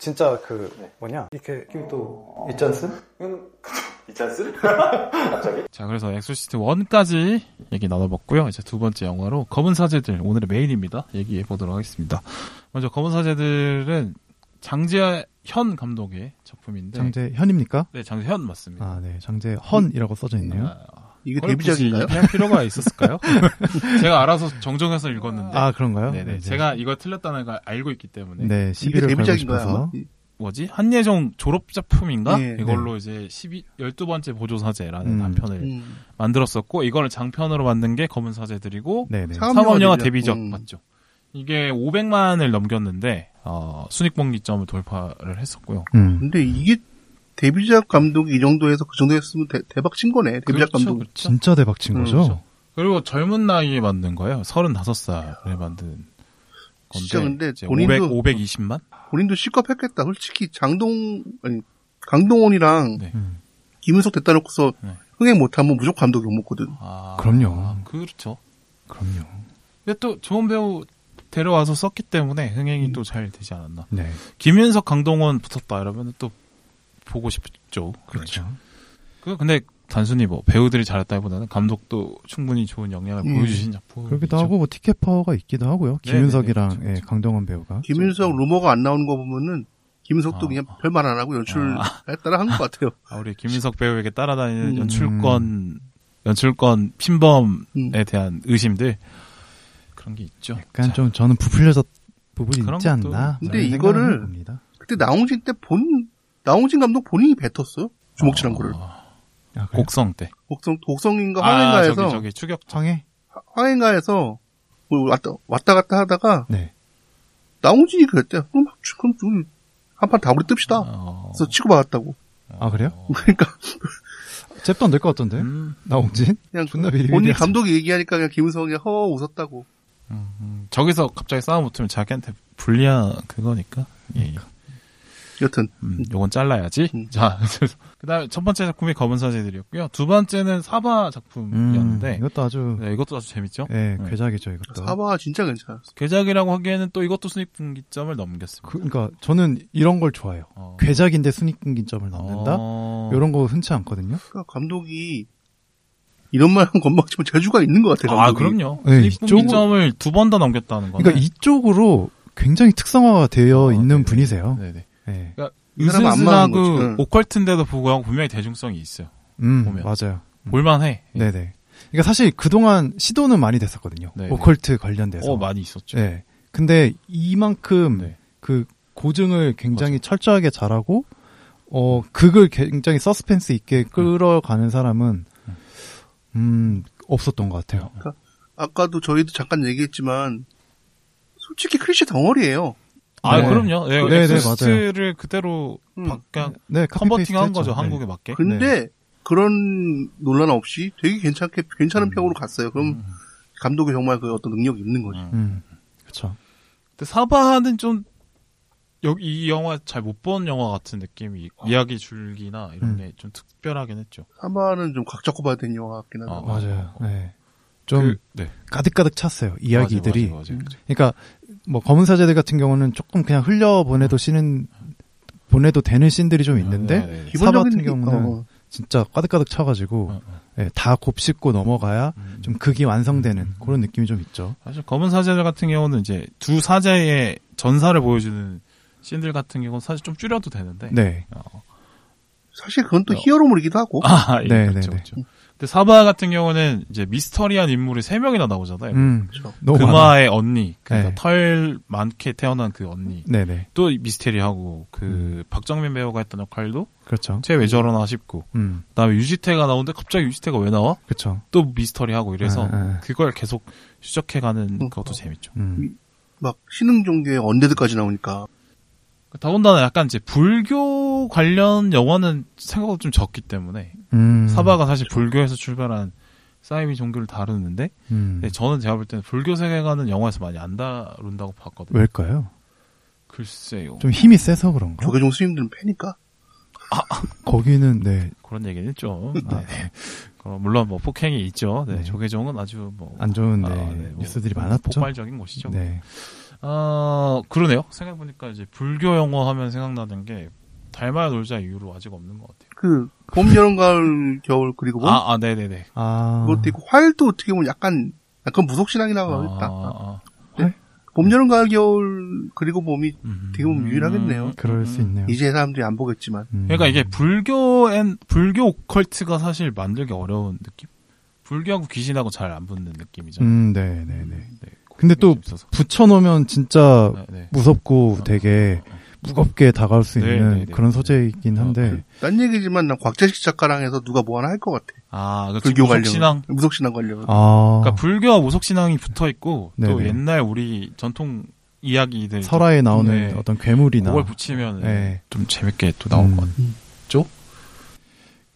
진짜 그 네. 뭐냐 이렇게 끼또 있잖슨? 네. 이건 있잖스? 갑자기? 자, 그래서 엑소시스트 1까지 얘기 나눠봤고요. 이제 두 번째 영화로 검은 사제들 오늘의 메인입니다. 얘기해 보도록 하겠습니다. 먼저 검은 사제들은 장재현 감독의 작품인데 장재현입니까? 네, 장재현 맞습니다. 아, 네. 장재헌이라고 써져 있네요. 아, 이게 그걸 굳이 데뷔작인가요? 얘기할 필요가 있었을까요? 제가 알아서 정정해서 읽었는데. 아, 그런가요? 네네. 제가 이걸 틀렸다는 걸 알고 있기 때문에. 네, 이게 11을 걸고 데뷔작인가요? 싶어서. 아마? 이- 뭐지? 한예종 졸업 작품인가? 예, 이걸로 이제 12, 12번째 보조사제라는 음. 단편을 음. 만들었었고, 이거를 장편으로 만든 게 검은 사제들이고, 네네. 사- 상업영화 상업영화 데뷔작 데뷔작. 음. 맞죠. 이게 500만을 넘겼는데 어, 순익분기점을 돌파를 했었고요. 음. 근데 이게 데뷔작 감독이 이 정도에서 그 정도 했으면 대, 박친 거네. 데뷔작 그렇죠, 감독. 그렇죠. 진짜 대박 친 음, 거죠? 그리고 젊은 나이에 만든 거예요. 35살에 만든 건데 진짜 근데 이제 본인도- 500, 520만? 본인도 실컷 했겠다. 솔직히 장동, 아니, 강동원이랑 네. 음. 김윤석 됐다 놓고서 네. 흥행 못하면 무조건 감독이 못 먹거든. 아, 그럼요. 아, 그렇죠. 그럼요. 근데 또 좋은 배우 데려와서 썼기 때문에 흥행이 또 잘 되지 않았나. 네. 김윤석, 강동원 붙었다 이러면 또 보고 싶죠. 그렇죠. 그 근데 단순히 뭐 배우들이 잘했다기보다는 감독도 충분히 좋은 영향을 음. 보여주신 작품. 그렇기도 하고 뭐 티켓파워가 있기도 하고요. 그렇죠. 네, 김윤석이랑 네, 네, 그렇죠, 예, 강동원 배우가. 김윤석 루머가 안 나오는 거 보면은 김윤석도 아. 그냥 별말 안 하고 연출 따라 한 것 같아요. 아, 우리 김민석 배우에게 따라다니는 음. 연출권, 연출권 음. 핀범에 대한 의심들 그런 게 있죠. 약간 자, 좀 저는 부풀려졌 부분이 그런 있지 것도- 않나. 근데 라는 이거를- 생각을 해봅니다. 그때 나홍진 때 본 나홍진 감독 본인이 뱉었어요. 주먹질한 거를. 아, 그래요? 곡성 때. 독성 독성인가 아, 황해가에서 저기 저기 추격. 황해? 황해가에서 뭐 왔다 왔다 갔다 하다가 네. 나홍진이 그랬대요. 그럼 그럼 둘이 한판 다구리 뜹시다. 어, 그래서 치고 받았다고. 아, 그래요? 그러니까 잽도 안 될 것 같던데? 음, 나홍진? 그냥 존나 비리비리 본인 하지. 감독이 얘기하니까 그냥 김윤석이 허 웃었다고. 음, 음. 저기서 갑자기 싸움 붙으면 자기한테 불리한 그거니까. 예, 예. 여튼 음, 요건 잘라야지. 음. 자, 그래서 그다음에 첫 번째 작품이 검은 사제들이었고요. 두 번째는 사바 작품이었는데 음, 이것도 아주 네, 이것도 아주 재밌죠. 예, 음. 네. 괴작이죠, 이것도. 사바 진짜 괜찮았어. 괴작이라고 하기에는 또 이것도 순익분기점을 넘겼습니다. 그, 그러니까 저는 이런 걸 좋아해요. 어. 괴작인데 순익분기점을 넘는다? 어. 이런 거 흔치 않거든요. 그러니까 감독이 이런 말 한 건막 지금 재주가 있는 것 같아요. 아, 감독이. 그럼요. 네, 입분기점을 두 번 더 넘겼다는 거는. 그러니까 이쪽으로 굉장히 특성화가 되어 어, 있는 네. 네네. 분이세요. 네네. 예. 이 사람 안뭐 망하는 거지. 으스스하고 응. 오컬트인데도 불구하고 분명히 대중성이 있어요. 음, 보면. 예. 맞아요. 음. 볼만해. 네네. 그러니까 사실 그동안 시도는 많이 됐었거든요. 네네. 오컬트 관련돼서. 어, 많이 있었죠. 네. 근데 이만큼 네. 그 고증을 굉장히 철저하게 잘하고 어 극을 굉장히 서스펜스 음. 있게 끌어가는 사람은 음 없었던 것 같아요. 아까도 저희도 잠깐 얘기했지만 솔직히 크리시 덩어리예요. 아, 네. 그럼요. 네, 네, 네, 엑소시스트를 그대로 음. 바- 그냥 네, 컨버팅 한 카피페이스트 거죠. 했죠. 한국에 네. 맞게. 근데 그런 논란 없이 되게 괜찮게 괜찮은 음. 평으로 갔어요. 그럼 감독이 정말 그 어떤 능력이 있는 거지. 음. 네. 음, 그렇죠. 근데 사바는 좀 여기 이 영화 잘 못 본 영화 같은 느낌이 이야기 줄기나 이런 아. 음. 게 좀 특별하긴 했죠. 사마는 좀 각 잡고 봐야 되는 영화 같긴 하다. 어. 맞아요. 어. 네. 좀 그, 네. 가득가득 찼어요. 이야기들이. 맞아요, 맞아요, 맞아요. 그러니까 뭐 검은 사제들 같은 경우는 조금 그냥 흘려 보내도 씨는 보내도 되는 씬들이 좀 있는데 네, 네, 네. 사바 같은 게- 경우는 어, 진짜 가득가득 차가지고 어, 예, 다 곱씹고 넘어가야 음. 좀 극이 완성되는 그런 느낌이 좀 있죠. 사실 검은 사제들 같은 경우는 이제 두 사제의 전사를 보여주는 씬들 같은 경우는 사실 좀 줄여도 되는데. 네. 어. 사실 그건 또 어. 히어로물이기도 하고. 아, 예, 네, 그렇죠, 네, 네. 그렇죠. 근데 사바 같은 경우는 이제 미스터리한 인물이 세 명이나 나오잖아요. 음. 그렇죠. 너무 많아. 금화의 언니, 그러니까 네. 털 많게 태어난 그 언니, 네네. 또 미스테리하고 그 음. 박정민 배우가 했던 역할도 그렇죠. 쟤 왜 저러나 싶고, 음. 그다음에 유지태가 나오는데 갑자기 유지태가 왜 나와? 그렇죠. 또 미스터리하고 이래서 아, 아. 그걸 계속 추적해가는 음. 것도 재밌죠. 음. 막 신흥종교의 언데드까지 나오니까. 어? 더군다나 약간 이제 불교 관련 영화는 생각보다 좀 적기 때문에 음. 사바가 사실 불교에서 출발한 사이비 종교를 다루는데 음. 근데 저는 제가 볼 때는 불교 세계관은 영화에서 많이 안 다룬다고 봤거든요. 왜일까요? 글쎄요. 좀 힘이 세서 그런가? 조계종 스님들은 패니까. 거기는 네. 그런 얘기는 좀. 네. 아. 그럼 물론 뭐 폭행이 있죠. 네, 네. 조계종은 아주 뭐 안 좋은 네, 아, 네, 뭐 뉴스들이 많았죠. 폭발적인 곳이죠. 네. 어, 그러네요. 생각해보니까 이제 불교 영화 하면 생각나는 게 달마야 놀자 이후로 아직 없는 것 같아요. 그, 봄, 여름, 가을, 겨울, 그리고 어? 뭐? 아, 아, 네네네. 아. 그것도 있고, 활도 어떻게 보면 약간, 약간 어, 무속신앙이라고 아, 했다. 아. 봄, 여름, 가을, 겨울, 그리고 봄이 음. 되게 보면 유일하겠네요. 그럴 수 있네요. 이제 사람들이 안 보겠지만. 음. 그러니까 이게 불교 앤 불교 오컬트가 사실 만들기 어려운 느낌. 불교하고 귀신하고 잘 안 붙는 느낌이죠. 음, 네, 네, 네. 네, 근데 그게 또 좀 있어서. 붙여놓으면 진짜 네, 네. 무섭고 되게 무겁게 다가올 수 네, 있는 네, 그 네, 그런 네. 소재이긴 한데 딴 얘기지만 난 곽재식 작가랑 해서 누가 뭐 하나 할 것 같아. 아, 그 불교 관련. 신앙. 무속신앙 관련. 그렇죠. 아 그러니까 불교와 무속 신앙이 붙어 있고 또 네네. 옛날 우리 전통 이야기들 설화에 나오는 네. 어떤 괴물이나 그걸 붙이면 네. 좀 재밌게 또 나올 음. 것 같죠.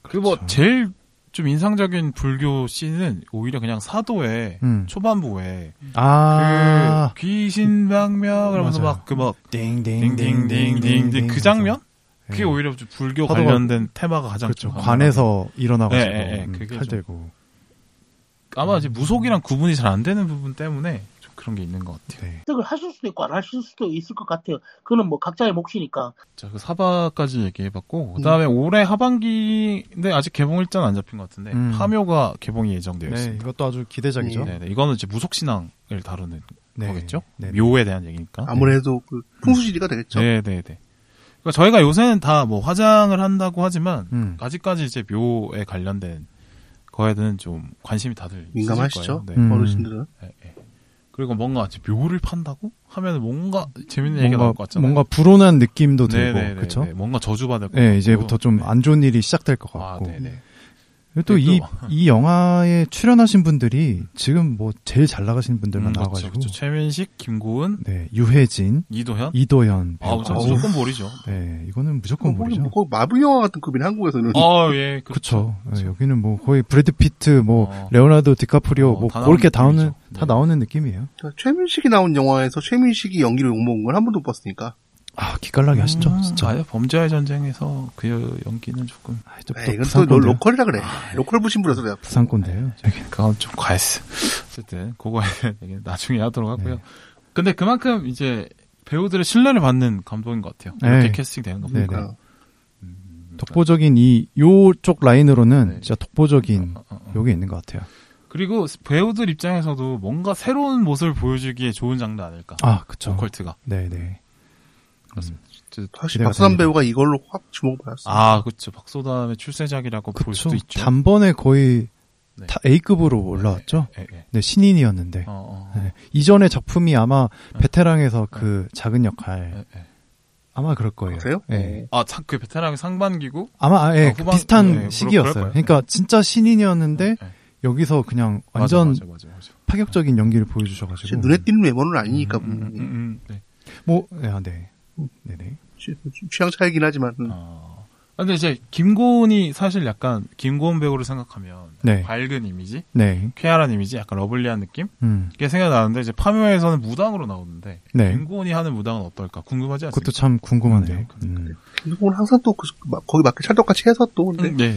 그리고 뭐 그렇죠. 제일 좀 인상적인 불교 씬은 오히려 그냥 사도의 음. 초반부에 아 그 귀신 방명 그러면서 맞아요. 막 그 막 딩딩딩딩딩 딩딩딩딩딩 그 장면? 그게 네. 오히려 좀 불교 사도가- 관련된 테마가 가장 그렇죠. 좀 관에서 일어나가지고 네, 네, 네. 그게 좀- 칼 들고 아마 이제 무속이랑 구분이 잘 안 되는 부분 때문에 좀 그런 게 있는 것 같아요. 네. 선택을 하실 수도 있고 안 하실 수도 있을 것 같아요. 그거는 뭐 각자의 몫이니까. 자, 그 사바까지 얘기해봤고 그다음에 올해 하반기인데 아직 개봉 일자는 안 잡힌 것 같은데 음. 파묘가 개봉이 예정되어 네, 있습니다. 이것도 아주 기대작이죠. 네, 네. 이거는 이제 무속 신앙을 다루는 네. 거겠죠? 네. 묘에 대한 얘기니까. 아무래도 그 풍수지리가 되겠죠. 네, 네, 네. 그러니까 저희가 요새는 다 뭐 화장을 한다고 하지만 음. 아직까지 이제 묘에 관련된 거에는 좀 관심이 다들 있으실 거예요. 민감하시죠? 네. 음. 어르신들은. 예, 예. 그리고 뭔가 이제 묘를 판다고 하면 뭔가 재밌는 얘기가 나올 것 뭔가 같잖아요. 뭔가 불온한 느낌도 들고 네네네네. 그렇죠. 뭔가 저주받을 것 네, 같고. 이제부터 좀 네. 안 좋은 일이 시작될 것 아, 같고. 네네. 또 네, 이 이 또- 영화에 출연하신 분들이 지금 뭐 제일 잘 나가시는 분들만 음, 그렇죠, 나와가지고 그렇죠. 최민식, 김고은, 네 유해진, 이도현. 이도현 아, 어. 배우. 무조건 무조건 모르죠. 네 이거는 뭐, 무조건 뭐, 모르죠. 뭐, 마블 영화 같은 급인 한국에서는. 아, 예. 그렇죠. 네, 여기는 뭐 거의 브래드 피트, 뭐 어. 레오나르도 디카프리오, 어, 뭐 다 그렇게 나오는 나오는 느낌이죠. 다 네. 나오는 느낌이에요. 그러니까 최민식이 나온 영화에서 최민식이 연기를 욕먹은 걸 한 번도 못 봤으니까. 아 기깔나게 하시죠, 진짜. 아 범죄와의 전쟁에서 그 연기는 조금. 아, 또, 예, 네, 에이, 또 이건 부산 또 너 건데요. 로컬이라 네. 그래. 로컬 부심부려서 내가. 부산 건데요. 그건 좀 과했어. 어쨌든, 그거에 대한 얘기는 나중에 하도록 하고요. 근데 그만큼 이제 배우들의 신뢰를 받는 감독인 것 같아요. 네. 이렇게 캐스팅 되는 거 보니까. 네네. 어. 독보적인 이 요쪽 라인으로는 네. 진짜 독보적인 어, 어, 어. 요게 있는 것 같아요. 그리고 배우들 입장에서도 뭔가 새로운 모습을 보여주기에 좋은 장르 아닐까. 아 그쵸. 오컬트가. 네네. 사실 기대가 박수남 됩니다. 배우가 이걸로 확 주목받았어. 아, 그렇죠. 박소담의 출세작이라고 볼 그쵸. 수도 있죠. 단번에 거의 네. 다 A급으로 올라왔죠. 예, 예. 네, 신인이었는데. 어, 네. 어. 네, 이전의 작품이 아마 베테랑에서 그 작은 역할 예, 예. 아마 그럴 거예요. 그래요? 네. 아, 참, 그 베테랑의 상반기고. 아마 아, 예, 아, 후반- 비슷한 네, 그럴- 그럴 시기였어요. 거예요. 그러니까 진짜 신인이었는데 예, 예. 여기서 그냥 네. 맞아, 완전 맞아, 맞아, 맞아. 파격적인 연기를 사실 보여주셔가지고 눈에 띄는 외모는 아니니까. 음, 음, 분명히. 음, 음. 네. 뭐 네, 네, 네네. 취- 취향 차이긴 하지만. 음. 어. 근데 이제 김고은이 사실 약간 김고은 배우를 생각하면 네. 밝은 이미지, 네, 쾌활한 이미지, 약간 러블리한 느낌 음, 이게 생각나는데 이제 파묘에서는 무당으로 나오는데 네. 김고은이 하는 무당은 어떨까 궁금하지 않습니까? 그것도 참 궁금한데요. 음, 네, 그러니까. 음. 그건 항상 또 그- 마- 거기 맞게 찰떡같이 해서 또. 근데 음, 네.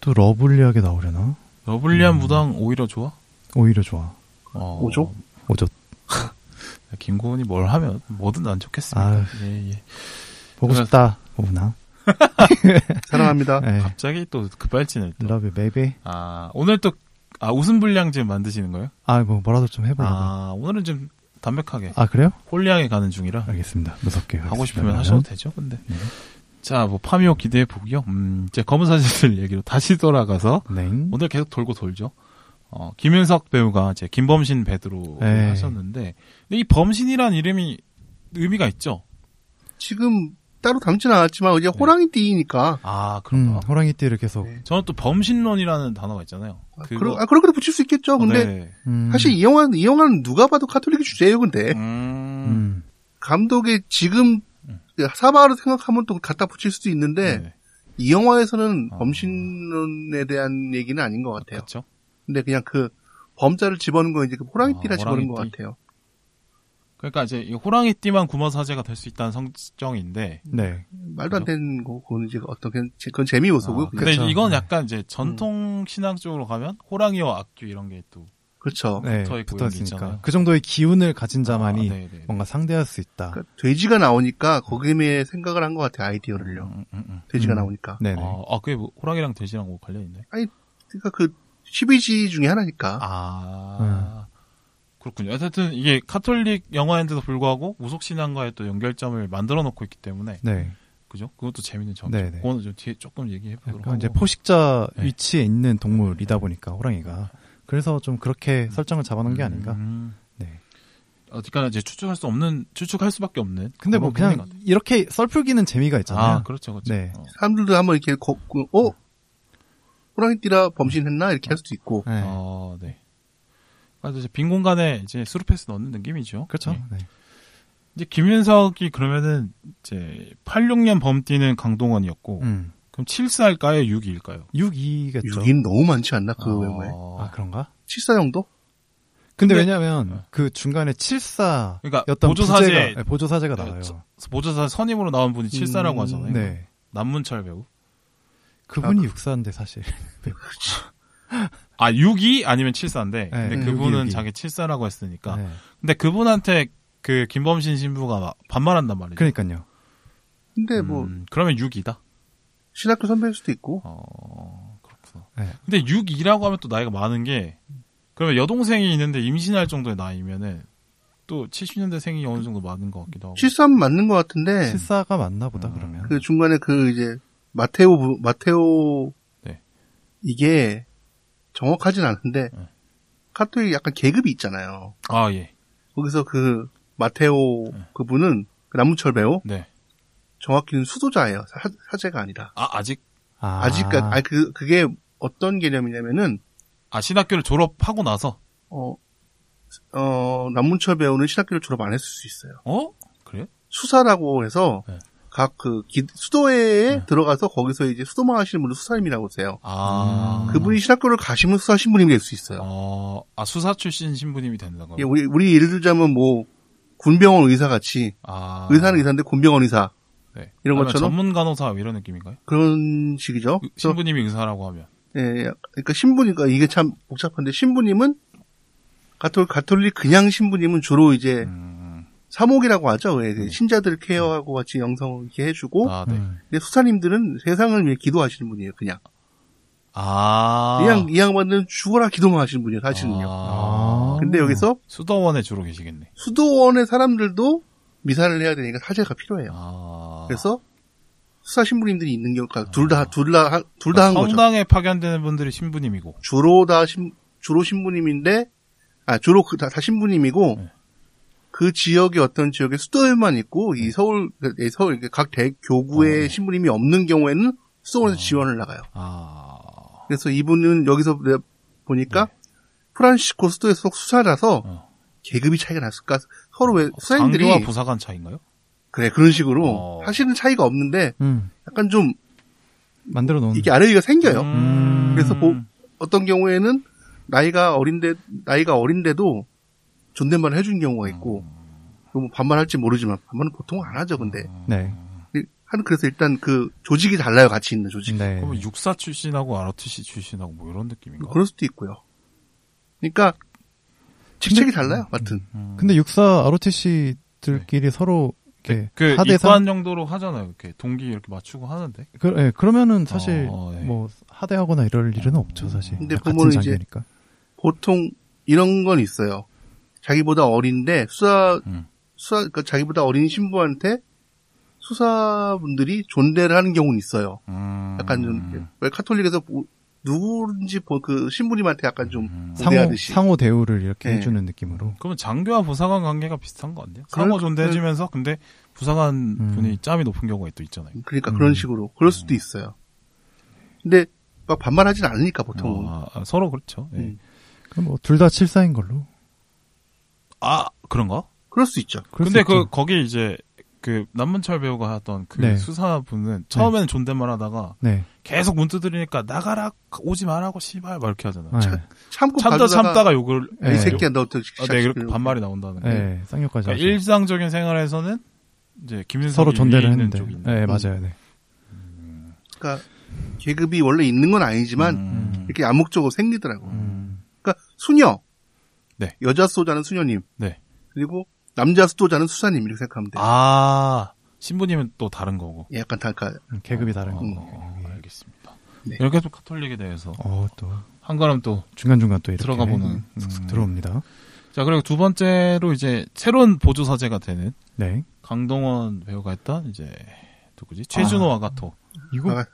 또 러블리하게 나오려나? 러블리한 음. 무당 오히려 좋아? 오히려 좋아. 어, 오죠? 오죠. 김고은이 뭘 하면 뭐든 안 좋겠습니다. 아유. 예, 예. 보고 그래서- 싶다. 오구나. 아, 사랑합니다. 네. 갑자기 또 급발진을 또. Love you, baby. 아 오늘 또 아, 웃음 불량제 만드시는 거예요? 아, 뭐 뭐라도 좀 해보려고. 아, 아 오늘은 좀 담백하게 그래요? 홀리하게 가는 중이라 알겠습니다. 무섭게 하고 하겠습니다, 싶으면 네. 그러면. 하셔도 되죠. 근데 자, 뭐 파미오 기대해 보고요. 음, 이제 검은 사진들 얘기로 다시 돌아가서 네. 오늘 계속 돌고 돌죠. 어, 김윤석 배우가 이제 김범신 배드로 네. 하셨는데 근데 이 범신이란 이름이 의미가 있죠. 지금 따로 담지는 않았지만 이제 호랑이 띠니까. 아, 음, 그런가. 호랑이 띠를 계속. 네. 저는 또 범신론이라는 단어가 있잖아요. 그러, 아, 그렇게도 붙일 수 있겠죠. 근데 네. 음, 사실 이 영화는, 이 영화는 누가 봐도 카톨릭의 주제예요, 근데. 음. 음, 감독의 지금 사바를 생각하면 또 갖다 붙일 수도 있는데, 네. 이 영화에서는 아. 범신론에 대한 얘기는 아닌 것 같아요. 그렇죠. 근데 그냥 그 범자를 집어넣은 거 이제 그 아, 호랑이띠라 집어넣은 것 호랑이띠. 같아요. 그러니까 이제 이 호랑이 띠만 구마 사제가 될 수 있다는 성정인데 네. 말도 안 되는 거, 그건 이제 어떤, 그냥 제- 그건 재미 요소고요. 아, 근데 그쵸. 네. 음. 이건 약간 이제 전통 신앙 쪽으로 가면 호랑이와 악귀 이런 게또 그렇죠. 네, 붙어 있고 이런 게 있잖아요. 붙어있으니까 그 정도의 기운을 가진 자만이 어, 아, 네, 그렇죠. 네, 네. 뭔가 상대할 수 있다. 그러니까 돼지가 나오니까 거기에 생각을 한 것 같아 요 아이디어를요. 음, 음, 음. 돼지가 음. 나오니까. 네네. 아, 아, 그게 뭐 호랑이랑 돼지랑 뭐 관련 있나요? 그러니까 그 12지 중에 아. 하나니까. 아 네. 그렇군요. 어쨌든 이게 카톨릭 영화인데도 불구하고 우속 신앙과의 또 연결점을 만들어 놓고 있기 때문에 네. 그죠? 그것도 재밌는 점. 네, 네. 그거는 좀 뒤에 조금 얘기해 보도록 약간 하고. 이제 포식자 네. 위치에 있는 동물이다 보니까 호랑이가 그래서 좀 그렇게 설정을 잡아놓은 게 아닌가. 음. 네. 어디까지 이제 추측할 수 없는 추측할 수밖에 없는. 근데 뭐 그런 그냥 이렇게 썰풀기는 재미가 부분인 것 같아요. 있잖아요. 아 그렇죠, 그렇죠. 네. 어. 사람들도 한번 이렇게 걷고 어 호랑이띠라 범신했나 이렇게 할 수도 있고. 네. 어, 네. 아, 이제 빈 공간에 이제 수루패스 넣는 느낌이죠. 그렇죠. 예. 네. 이제 김윤석이 그러면은 이제 86년 범띠는 강동원이었고 음. 그럼 74일까요, 6일까요? 네, 그렇죠. 6이겠죠. 6인 너무 많지 않나 그 외모에. 아 그런가? 칠사형도? 근데, 근데- 왜냐면 네. 그 중간에 74 그러니까 였던 보조사제- 부제가- 네, 보조사제가 네, 나와요. 저- 보조사 선임으로 나온 분이 칠사라고 하잖아요. 네. 남문철 배우. 그분이 육사인데 사실. 아, 6이 아니면 74인데. 네, 근데 음, 그분은 육이, 육이. 자기 74라고 했으니까. 네. 근데 그분한테 그 김범신 신부가 막 반말한단 말이죠. 그러니까요. 근데 뭐 음, 그러면 6이다. 신학교 선배일 수도 있고. 어, 그렇구나. 네. 근데 6이라고 하면 또 나이가 많은 게 그러면 여동생이 있는데 임신할 정도의 나이면은 또 70년대생이 어느 정도 많은 것 같기도 하고. 칠삼 맞는 것 같은데 실사가 맞나 보다 그러면. 네. 그 중간에 그 이제 마테오 부- 마테오 네. 이게 정확하진 않은데 네. 카톡에 약간 계급이 있잖아요. 아, 예. 거기서 그 마테오 그분은 그 남문철 배우 네. 정확히는 수도자예요. 사, 사제가 아니라 아, 아직 아, 아직까지 아니 그 그게 어떤 개념이냐면은 아, 신학교를 졸업하고 나서 어, 어 남문철 배우는 신학교를 졸업 안 했을 수 있어요. 어? 그래? 수사라고 해서 네. 각 그 수도에 들어가서 거기서 이제 수도만 하시는 분을 수사님이라고 하세요. 아. 그분이 신학교를 가시면 수사 신부님이 될 수 있어요. 어, 아, 수사 출신 신부님이 된다는 거요 예, 우리, 우리 예를 들자면 뭐, 군병원 의사 같이, 아. 의사는 의사인데 군병원 의사. 네. 이런 아니면 것처럼? 전문 간호사 이런 느낌인가요? 그런 식이죠. 의- 그래서, 신부님이 의사라고 하면. 예, 그러니까 신부니까 이게 참 복잡한데, 신부님은, 가톨, 가톨릭 그냥 신부님은 주로 이제, 음. 사목이라고 하죠. 예, 신자들 케어하고 같이 영성 이렇게 해주고, 아, 네. 음. 근데 수사님들은 세상을 위해 기도하시는 분이에요, 그냥. 아. 이, 양, 이 양반은 죽어라 기도만 하시는 분이에요, 사실은요. 아. 근데 여기서 수도원에 주로 계시겠네. 수도원의 사람들도 미사를 해야 되니까 사제가 필요해요. 아. 그래서 수사 신부님들이 있는 경우가 그러니까 둘다둘다둘 다 한 거죠. 성당에 파견되는 분들이 신부님이고. 주로 다 신, 주로 신부님인데 아 주로 그 다 신부님이고 네. 그 지역의 어떤 지역에 수도에만 있고 네. 이 서울 그, 이 서울 이렇게 각 대교구에 신부님이 없는 경우에는 수도원에서 지원을 나가요. 아. 그래서 이분은 여기서 내가 보니까 프란시스코 수도에서 수사라서 네. 어. 계급이 차이가 났을까 서로 왜 수사님들이 장교와 부사관 차인가요? 그래 그런 식으로 어. 사실은 차이가 없는데 음. 약간 좀 만들어 놓은 이게 아래 위가 생겨요. 음. 그래서 뭐 보- 어떤 경우에는 나이가 어린데 나이가 어린데도 존댓말 을 해준 경우가 있고 음. 그뭐 반말할지 모르지만 반말은 보통 안 하죠 근데 네. 한 그래서 일단 그 조직이 달라요 같이 있는 조직 이 네. 그러면 육사 출신하고 ROTC 출신하고 뭐 이런 느낌인가? 그럴 수도 있고요 그러니까 직책이 달라요 음. 맡은 근데 육사 ROTC들끼리 서로 이렇게 그 4대 입관 정도로 하잖아요. 이렇게 동기 이렇게 맞추고 하는데. 그, 예, 그러면은 사실 어, 네. 뭐 하대하거나 이럴 일은 없죠 사실. 근데 같은 부모는 이제- 장교니까. 보통 이런 건 있어요 자기보다 어린데 수사 음. 수사 그러니까 자기보다 어린 신부한테 수사분들이 존대를 하는 경우는 있어요 음. 약간 좀, 왜 카톨릭에서 보- 누구인지 보- 그 신부님한테 약간 음. 좀 상호 상대하듯이. 상호 대우를 이렇게 네. 해주는 느낌으로. 그러면 장교와 부사관 관계가 비슷한 거 아니에요? 그럴- 상호 존대해주면서 네. 근데 부사관 음. 분이 짬이 높은 경우가 또 있잖아요. 그러니까 음. 그런 식으로. 그럴 수도 있어요. 근데 막 반말하진 않으니까 보통은. 아, 아, 서로 그렇죠. 예. 음. 그럼 뭐둘 다 칠사인 걸로. 아 그런가? 그럴 수 있죠. 그럴 수 근데 그 있죠. 거기 이제 그 남문철 배우가 하던 그 네. 수사분은 처음에는 존댓말 하다가 네. 계속 문 두드리니까 나가라 오지 말라고 씨발 막 이렇게 하잖아요. 네. 참- 참고 참다 가다가 참다가 욕을 네. 이 욕- 새끼야 너 어떻게 아, 네, 그렇게 반말이 나온다는 거. 네. 쌍욕까지. 그러니까 하죠. 일상적인 생활에서는 이제 김윤석이 서로 존대를 위에 있는 했는데. 쪽이 있는. 네 맞아요. 네. 그러니까 계급이 원래 있는 건 아니지만 음. 이렇게 암묵적으로 생기더라고. 음. 그러니까 수녀 네. 여자 수도자는 수녀님. 네. 그리고 남자 수도자는 수사님 이렇게 생각하면 돼요. 아, 신부님은 또 다른 거고. 예, 약간 달까 음, 계급이 다른 예. 어, 거. 어, 알겠습니다. 네. 이렇게 또 카톨릭에 대해서 어, 또 한 걸음 또. 중간중간 또 이렇게 들어가 보는. 쓱쓱 음. 들어옵니다. 자, 그리고 두 번째로 이제 새로운 보조 사제가 되는 네. 강동원 배우가 했던 이제 누구지? 최준호 아. 가토 이거 아,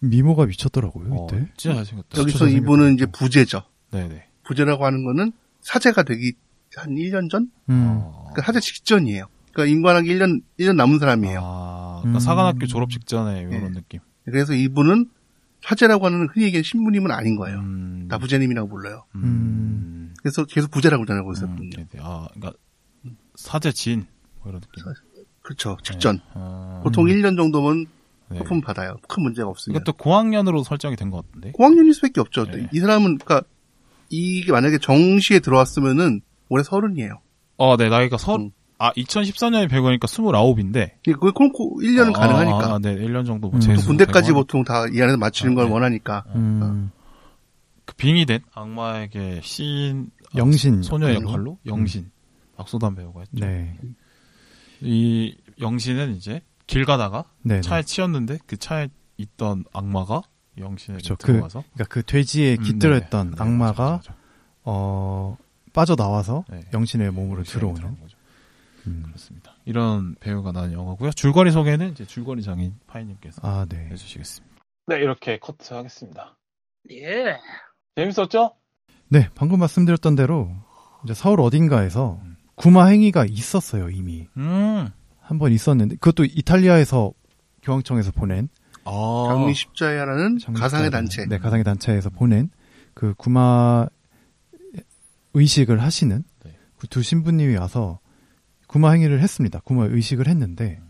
미모가 미쳤더라고요, 어, 이때. 진짜 잘생겼다. 여기서 이분은 이제 부제죠. 네네. 부제라고 하는 거는 사제가 되기 한 1년 전? 음. 어. 그러니까 사제 직전이에요. 그러니까 인관하기 1년, 1년 남은 사람이에요. 네. 아, 그러니까 음. 사관학교 졸업 직전에 이런 느낌. 그래서 이분은 사제라고 하는 흔히 얘기하는 신부님은 아닌 거예요. 음. 다 부제님이라고 불러요. 음. 그래서 계속 부제라고 전하고 음, 있었거든요. 네네. 아, 그러니까 사제 진. 뭐 이런 느낌. 그렇죠. 직전. 아, 보통 1년 정도면 네. 소품 받아요. 큰 문제가 없으면. 이것도 고학년으로 설정이 된 것 같은데. 고학년일 수밖에 없죠. 네. 이 사람은 그러니까 이게 만약에 정시에 들어왔으면은 올해 서른이에요. 어, 네, 나이가 서, 음. 아, 2014년에 배우니까 29인데. 그게 그렇고 1년은 아, 가능하니까. 아, 네, 1년 정도 음. 뭐 재수. 또 군대까지 되고 보통 다 이 안에서 맞추는 아, 걸 네. 원하니까. 음. 그 빙이 된 악마에게 시인 아, 영신. 음. 소녀 역할로? 역할로 영신 박소담 배우가 했죠. 네. 이 영신은 이제 길 가다가 네. 네. 차에 치였는데 그 차에 있던 악마가 영신에게 그쵸, 그 들어와서 그러니까 그 돼지에 음, 깃들어 네. 있던 네, 악마가 맞아, 맞아. 어 빠져나와서 네. 영신의 몸으로 영신에게 들어오는 들어온 거죠. 음. 그렇습니다. 이런 배우가 나온 영화고요. 줄거리 소개는 이제 줄거리 장인 파이님께서 아, 네. 해주시겠습니다. 네, 이렇게 커트하겠습니다. 예. 재밌었죠? 네, 방금 말씀드렸던 대로 이제 서울 어딘가에서 구마 행위가 있었어요, 이미. 음, 한 번 있었는데 그것도 이탈리아에서 교황청에서 보낸 아, 장미 십자야라는 장미 가상의 집단이- 단체. 네, 가상의 단체에서 보낸 그 구마 의식을 하시는 네. 그 두 신부님이 와서 구마 행위를 했습니다. 구마 의식을 했는데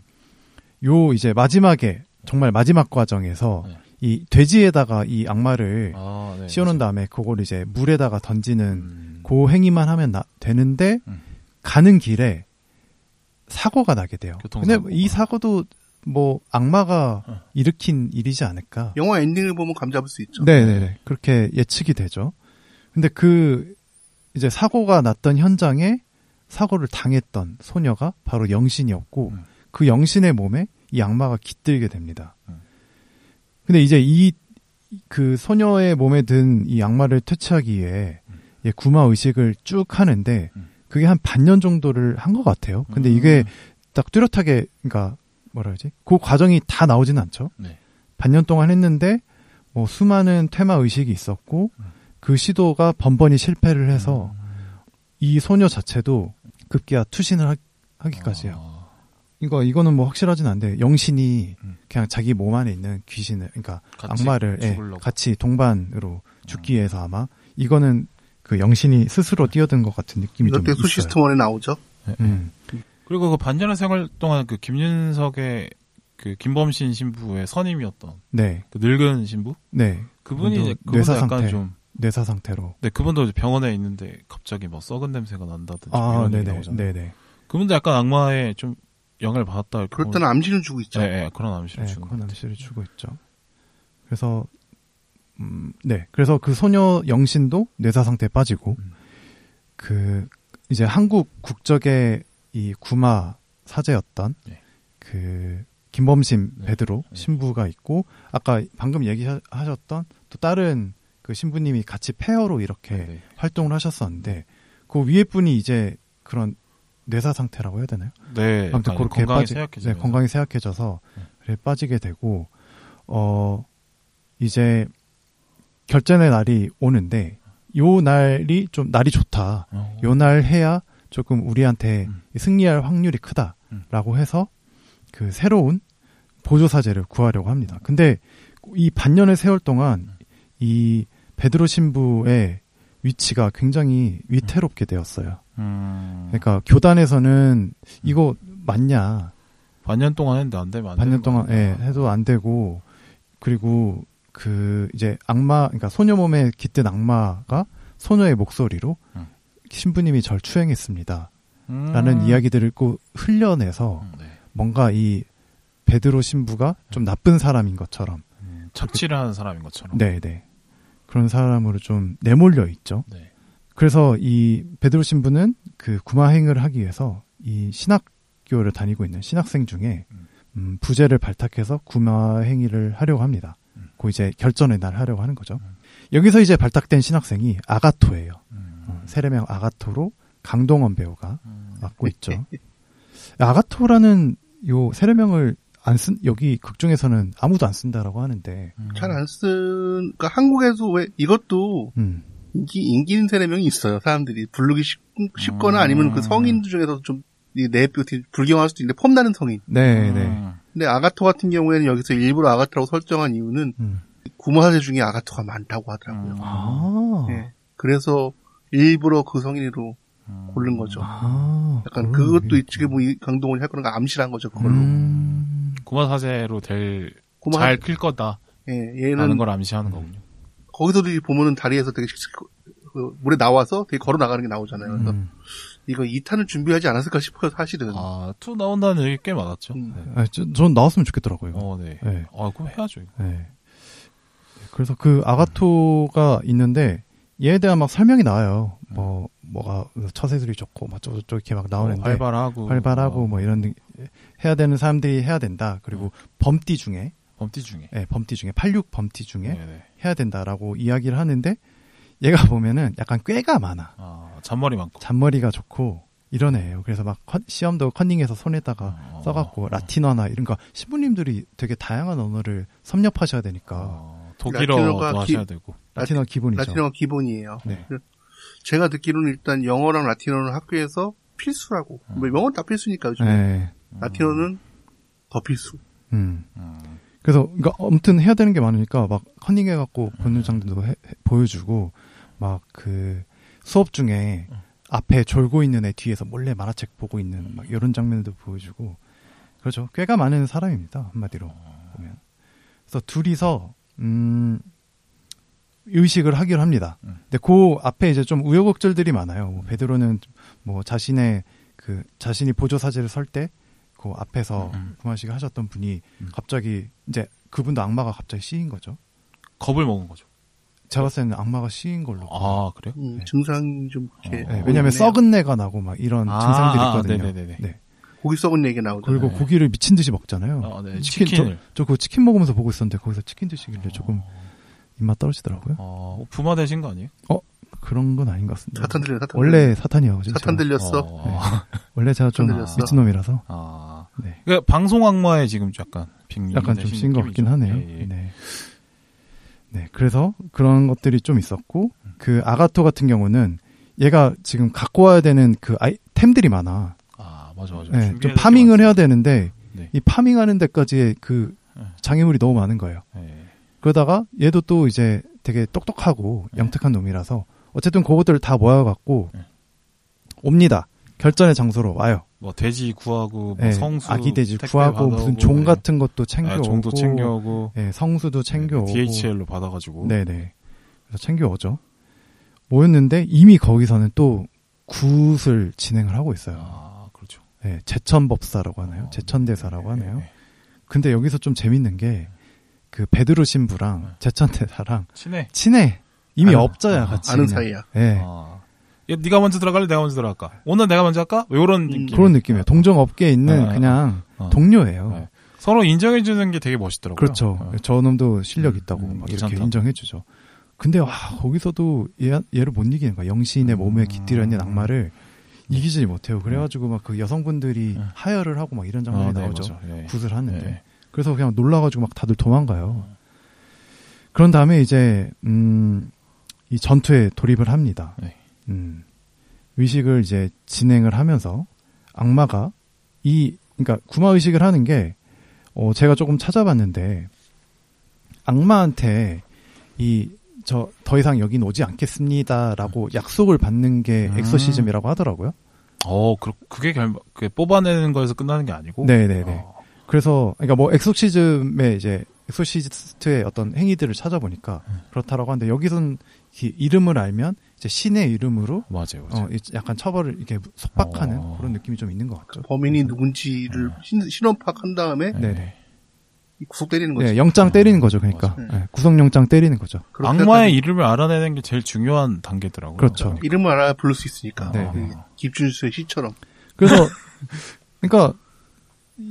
요 이제 마지막에 정말 마지막 과정에서 네. 이 돼지에다가 이 악마를 아, 네, 씌워놓은 맞아요. 다음에 그걸 이제 물에다가 던지는 음. 그 행위만 하면 나- 되는데 음. 가는 길에 사고가 나게 돼요. 근데 교통사고가. 이 사고도 뭐 악마가 어. 일으킨 일이지 않을까? 영화 엔딩을 보면 감 잡을 수 그렇죠. 있죠. 네네네. 그렇게 예측이 되죠. 근데 그, 이제 사고가 났던 현장에 사고를 당했던 소녀가 바로 영신이었고, 음. 그 영신의 몸에 이 악마가 깃들게 됩니다. 음. 근데 이제 이, 그 소녀의 몸에 든 이 악마를 퇴치하기 위해 얘 구마 의식을 쭉 하는데, 음. 그게 한 반년 정도를 한 것 같아요. 근데 이게 딱 뚜렷하게, 그러니까, 뭐라 그러지? 그 과정이 다 나오진 않죠. 네. 반년 동안 했는데 뭐 수많은 테마 의식이 있었고 음. 그 시도가 번번이 실패를 해서 이 소녀 자체도 급기야 투신을 하, 기까지요 아, 이거 이거는 뭐 확실하진 않은데 영신이 음. 그냥 자기 몸 안에 있는 귀신을 그러니까 같이 악마를 예, 죽으려고. 음. 같이 동반으로 죽기 위해서 아마 이거는 그 영신이 스스로 뛰어든 것 같은 느낌이 좀 이렇게 있어요. 수시스템원에 나오죠. 음. 그리고 그 반전의 생활 동안 그 김윤석의 그 김범신 신부의 선임이었던 네, 그 늙은 신부 네 그분이 그분도 이제 그분도 뇌사 약간 상태. 좀 뇌사 상태로. 네, 그분도 이제 병원에 있는데 갑자기 뭐 썩은 냄새가 난다든지 아, 이런 얘기 네네, 나오잖아요. 네네. 그분도 약간 악마에 좀 영향을 받았다. 이렇게 그럴 때는 암시는 주고 있죠. 보면- 예, 예, 그런 암시를 네, 주는 코난 것 씨를 주고 있죠. 그래서 음, 네, 그래서 그 소녀 영신도 뇌사 상태에 빠지고 음. 그 이제 한국 국적의 이 구마 사제였던 네. 그 김범심 네, 베드로 네. 신부가 있고 아까 방금 얘기하셨던 또 다른 그 신부님이 같이 페어로 이렇게 같아요. 네, 네. 활동을 하셨었는데 그 위에 분이 이제 그런 뇌사 상태라고 해야 되나요? 네, 아무튼 약간 그렇게 건강이 빠지, 쇠약해지면서. 네, 건강이 쇠약해져서 네. 그래 빠지게 되고 어 이제 결전의 날이 오는데 요 날이 좀 날이 좋다. 어. 요 날 해야 조금 우리한테 음. 승리할 확률이 크다라고 해서 그 새로운 보조 사제를 구하려고 합니다. 근데 이 반년의 세월 동안 음. 이 베드로 신부의 위치가 굉장히 위태롭게 되었어요. 음, 그러니까 교단에서는 이거 맞냐? 반년 동안 했는데 안 되면 안 반년 되는 동안 거구나. 예, 해도 안 되고 그리고 그 이제 악마 그러니까 소녀 몸에 깃든 악마가 소녀의 목소리로 음. 신부님이 절 추행했습니다. 음. 라는 이야기들을 꼭 흘려내서 음, 네. 뭔가 이 베드로 신부가 좀 나쁜 사람인 것처럼 네. 음, 착취를 하는 사람인 것처럼. 네네 그런 사람으로 좀 내몰려 있죠. 네. 그래서 이 베드로 신부는 그 구마행을 하기 위해서 이 신학교를 다니고 있는 신학생 중에 음, 부제를 발탁해서 구마행위를 하려고 합니다. 그 이제 결전의 날 하려고 하는 거죠. 여기서 이제 발탁된 신학생이 아가토예요. 어, 세례명 아가토로 강동원 배우가 맡고 있죠. 아가토라는 요 세례명을 안 쓴 여기 극중에서는 아무도 안 쓴다라고 하는데, 잘 안 쓴, 그러니까 한국에서 왜 이것도 음, 인기, 인기 있는 세례명이 있어요. 사람들이 부르기 쉽, 거나 아니면 그 성인 중에서 좀이 내표 불경할 수도 있는데 폼나는 성인. 네, 네, 음, 근데 아가토 같은 경우에는 여기서 일부러 아가토라고 설정한 이유는 음. 구마사제 중에 아가토가 많다고 음. 하더라고요. 아, 예. 그래서 일부러 그 성인으로 음. 고른 거죠. 아, 그런 약간 그것도 의미. 지금 뭐이 강동원이 할 거는 암시한 거죠. 그걸로. 음, 고마 사제로 될 고마- 잘 클 거다 예, 라는 얘는 음. 걸 암시하는 거군요. 거기서도 이제 보면은 다리에서 되게 씩- 그 물에 나와서 되게 걸어 나가는 게 나오잖아요. 그래서 그러니까 음. 이거 2탄을 준비하지 않았을까 싶어요, 사실은. 아, 투 나온다는 얘기 꽤 많았죠. 음. 네. 아, 저- 전 나왔으면 좋겠더라고요. 어, 네. 네. 아, 그럼 해야죠. 이거. 네. 그래서 그 아가토가 있는데 얘에 대한 막 설명이 나와요. 음. 뭐 뭐가 처세술이 좋고 막 저쪽 이렇게 막 나오는데 어, 활발하고 활발하고 어, 뭐 이런 느- 해야 되는 사람들이 해야 된다. 그리고 네. 범띠 중에 범띠 중에. 예, 범띠 중에 86 범띠 중에 네, 네. 해야 된다라고 이야기를 하는데 얘가 보면은 약간 꾀가 많아. 아, 잔머리 많고. 잔머리가 좋고 이런 애예요. 그래서 막 컨- 시험도 컨닝해서 손에다가 어. 써갖고 라틴어나 이런 거 신부님들이 되게 다양한 언어를 섭렵하셔야 되니까 어, 독일어도 라틴어가 하셔야 기- 되고. 라틴어 기본이죠. 라틴어가 기본이에요. 그렇죠. 네. 그래서 제가 듣기로는 일단 영어랑 라틴어는 학교에서 필수라고. 뭐 영어 는다 필수니까 요즘 에 음. 네. 라틴어는 더 필수. 음. 음. 그래서 그러니까 아무튼 해야 되는 게 많으니까 막 컨닝해 갖고 네. 본문장들도 해- 해- 보여주고 막 그 수업 중에 앞에 졸고 있는 애 뒤에서 몰래 만화책 보고 있는 막 이런 장면도 보여주고 그렇죠. 꽤가 많은 사람입니다. 한마디로 보면. 그래서 둘이서 음 의식을 하기로 합니다. 근데 그 앞에 이제 좀 우여곡절들이 많아요. 뭐 베드로는 뭐 자신의 그 자신이 보조 사제를 설 때 그 앞에서 구만 씨가 하셨던 분이 갑자기 이제 그분도 악마가 갑자기 씌인 거죠. 겁을 먹은 거죠. 제가 봤을 때는 악마가 씌인 걸로. 아, 그래요? 음, 증상 좀 이렇게. 네, 왜냐하면 보이네요. 썩은 내가 나고 막 이런 뭐 아, 증상들이 아, 있거든요. 네네네네. 네. 고기 썩은 얘기 나오죠. 그리고 고기를 미친 듯이 먹잖아요. 아, 네, 저, 치킨을. 저 그거 치킨 먹으면서 보고 있었는데 거기서 치킨 드시길래 네, 조금 입맛 떨어지더라고요. 어, 부마 되신 거 아니에요? 어 그런 건 아닌 것 같습니다. 사탄 들려, 사탄. 들려. 원래 그렇죠. 사탄이요. 지금 사탄 제가. 들렸어. 어, 원래 제가 좀 사탄 들렸어. 미친놈이라서. 아. 네. 그러니까 방송 악마에 지금 약간 빙 약간 좀 씌인 것 같긴 하네요. 예, 네. 네, 그래서 그런 것들이 좀 있었고, 그 아가토 같은 경우는 얘가 지금 갖고 와야 되는 그 아이템들이 많아. 아, 맞아, 네, 맞아. 준비해야 좀 될게 파밍을 해야 되는데, 네. 이 파밍하는 데까지 그 장애물이 너무 많은 거예요. 많- 네. 그러다가 얘도 또 이제 되게 똑똑하고 영특한 놈이라서, 어쨌든 그것들을 다 모아갖고, 네. 옵니다. 결전의 장소로 와요. 뭐, 돼지 구하고, 뭐 예, 성수. 아기 돼지 택배 구하고, 무슨 받아오고, 종 네. 같은 것도 아, 챙겨오고, 종도 챙겨오고. 네, 그 예, 성수도 챙겨오고, DHL로 받아가지고. 네네. 그래서 챙겨오죠. 모였는데 이미 거기서는 또 굿을 진행을 하고 있어요. 아, 그렇죠. 네, 제천법사라고 하나요? 제천대사라고 네, 하나요? 근데 여기서 좀 재밌는 게 그 베드로 신부랑 제천대사랑 친해. 친해. 이미 네. 아는- 업자야 같이. 아는 그냥. 사이야. 예. 아. 야, 네가 먼저 들어갈래? 내가 먼저 들어갈까? 오늘 내가 먼저 할까? 뭐 요런 느낌. 음, 그런 느낌이에요. 동정 업계에 있는 아, 아, 그냥 아. 동료예요. 네. 서로 인정해주는 게 되게 멋있더라고요. 그렇죠. 어. 저 놈도 실력 음, 있다고 음, 막 이렇게 괜찮다고. 인정해주죠. 근데 와 거기서도 얘, 얘를 못 이기는 거야. 음, 영시인의 몸에 깃들여 있는 악마를 이기지 못해요. 그래가지고 막 그 여성분들이 하혈을 하고 막 이런 장면이 네. 아, 네, 나오죠. 맞아. 예. 굿을 하는데 예. 그래서 그냥 놀라가지고 막 다들 도망가요. 그런 다음에 이제 음, 이 전투에 돌입을 합니다. 네. 음, 의식을 이제 진행을 하면서 악마가 이 그러니까 구마 의식을 하는 게 어, 제가 조금 찾아봤는데 악마한테 이 저 더 이상 여긴 오지 않겠습니다라고 약속을 받는 게 음. 엑소시즘이라고 하더라고요. 어, 그, 그게 결, 그게 뽑아내는 거에서 끝나는 게 아니고. 네네네. 어. 그래서 그러니까 뭐 엑소시즘의 이제 엑소시스트의 어떤 행위들을 찾아보니까 네. 그렇다라고 하는데 여기선 이 이름을 알면 이제 신의 이름으로 맞아요, 맞아요. 어, 이- 약간 처벌을 이렇게 속박하는 어. 네. 그런 느낌이 좀 있는 것 같죠. 네. 범인이 누군지를 신, 신원 파악한 다음에 네. 네네. 이 구속 때리는 거지. 네, 영장 때리는 거죠. 그러니까 맞아. 네, 구속영장 때리는 거죠. 그렇게 악마의 이름을 알아내는 게 제일 중요한 단계더라고요. 네. 그렇죠. 이름을 알아야 부를 수 있으니까. 네. 그 김준수의 시처럼. 그래서 그러니까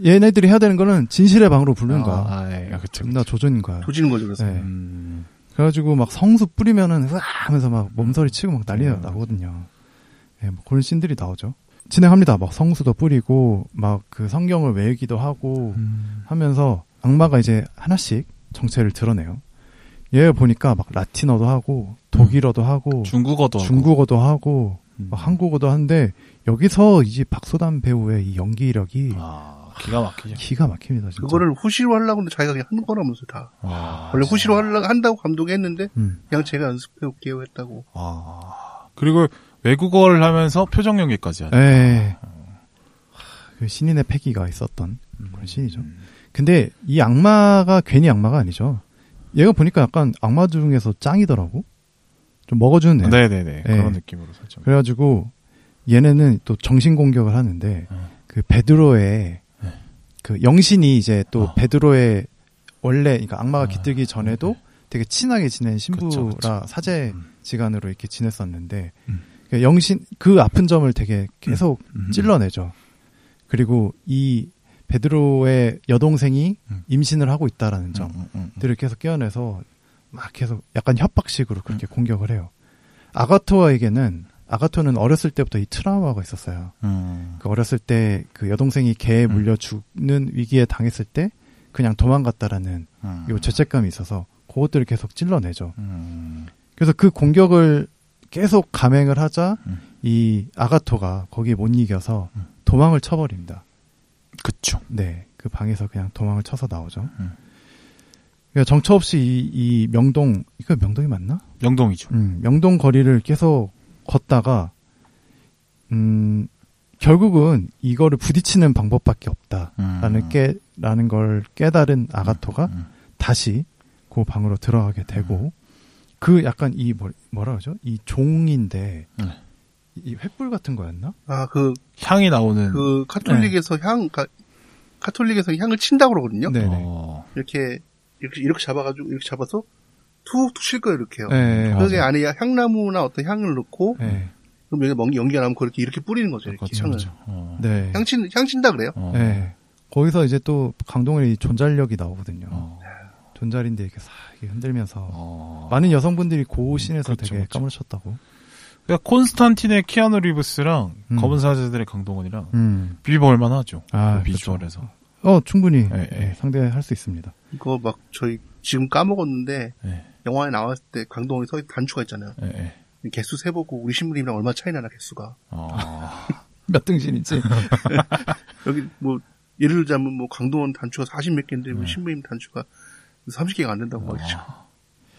얘네들이 해야 되는 거는 진실의 방으로 부르는 거야. 아, 아, 예, 그렇죠. 존나 조조인 거야. 조지는 거죠, 그래서. 음, 네. 음, 그래가지고 막 성수 뿌리면은 으아 하면서 막 몸서리 치고 막 난리가 나거든요. 예, 뭐 그런 씬들이 나오죠. 진행합니다. 막 성수도 뿌리고 막 그 성경을 외우기도 하고 음. 하면서 악마가 이제 하나씩 정체를 드러내요. 얘 보니까 막 라틴어도 하고 독일어도 하고 중국어도 하고. 중국어도 하고 음. 막 한국어도 하는데 여기서 이제 박소담 배우의 이 연기력이 아, 기가 막히죠. 기가 막힙니다. 진짜. 그거를 후시로 하려고 했는데 자기가 그냥 하는 거라면서 다. 와, 원래 후시로 하려고 한다고 감독이 했는데 음. 그냥 제가 연습해 올게요 했다고. 아. 와. 그리고 외국어를 하면서 표정 연기까지 하죠. 예. 하, 그 신인의 패기가 있었던 음. 그런 신이죠. 근데 이 악마가 괜히 악마가 아니죠. 얘가 보니까 약간 악마 중에서 짱이더라고. 좀 먹어주는 애. 네, 네, 네. 그런 예. 느낌으로 살짝. 그래가지고 얘네는 또 정신 공격을 하는데 어. 그 베드로의 그 영신이 이제 또 네. 어. 아, 베드로의 원래 그러니까 악마가 깃들기 전에도 되게 친하게 지낸 신부라 네, 그쵸, 그쵸. 사제지간으로 이렇게 지냈었는데 음. 그 영신 그 아픈 점을 되게 계속 음. 찔러내죠. 그리고 이 베드로의 여동생이 음. 임신을 하고 있다라는 점. 음, 음, 들을 계속 끼어내서 막 계속 약간 협박식으로 음. 그렇게 공격을 해요. 아가토에게는 아가토는 어렸을 때부터 이 트라우마가 있었어요. 음. 그 어렸을 때 그 여동생이 개에 물려 죽는 위기에 당했을 때 그냥 도망갔다라는 음. 요 죄책감이 있어서 그것들을 계속 찔러내죠. 음. 그래서 그 공격을 계속 감행을 하자 음. 이 아가토가 거기에 못 이겨서 도망을 쳐버립니다. 그쵸. 네, 그 방에서 그냥 도망을 쳐서 나오죠. 음. 그러니까 정처 없이 이, 이 명동 이거 명동이 맞나? 영동이죠. 음, 명동 거리를 계속 걷다가 음 결국은 이거를 부딪히는 방법밖에 없다라는 음. 깨라는 걸 깨달은 아가토가 음. 다시 그 방으로 들어가게 되고 그 약간 이 뭐, 뭐라 그러죠? 이 종인데 네. 이 횃불 같은 거였나? 아, 그, 향이 나오는. 네. 그, 카톨릭에서 향, 가, 카톨릭에서 향을 친다고 그러거든요. 네네. 어, 이렇게, 이렇게, 이렇게 잡아가지고, 이렇게 잡아서 툭툭 칠 거예요, 이렇게요. 네, 그게 맞아요. 안에 향나무나 어떤 향을 넣고, 네. 그럼 여기 멍- 연기가 나면 그렇게 이렇게 뿌리는 거죠, 이렇게 그렇죠. 향을. 그렇죠. 어. 네. 향친, 향친다 그래요? 어. 네. 거기서 이제 또 강동원의 이 존잘력이 나오거든요. 어. 존잘인데 이렇게 싹 이렇게 흔들면서 어. 많은 여성분들이 그 씬에서 그렇죠, 되게 그렇죠. 까무러쳤다고. 그러니까 콘스탄틴의 키아누 리브스랑 음. 검은 사제들의 강동원이랑 비벼볼만 하죠. 아, 음. 그 비주얼에서. 어 충분히 예, 예. 예, 상대할 수 있습니다. 그거 막 저희 지금 까먹었는데 네. 영화에 나왔을 때 강동원이 서 단추가 있잖아요. 예, 예. 개수 세보고 우리 신부님이랑 얼마 차이 나나 개수가. 아, 어. 몇 등신인지. 여기 뭐 예를 들자면 뭐 강동원 단추가 40 몇 개인데 네. 우리 신부님 단추가 30개가 안 된다고 막 이러죠. 아,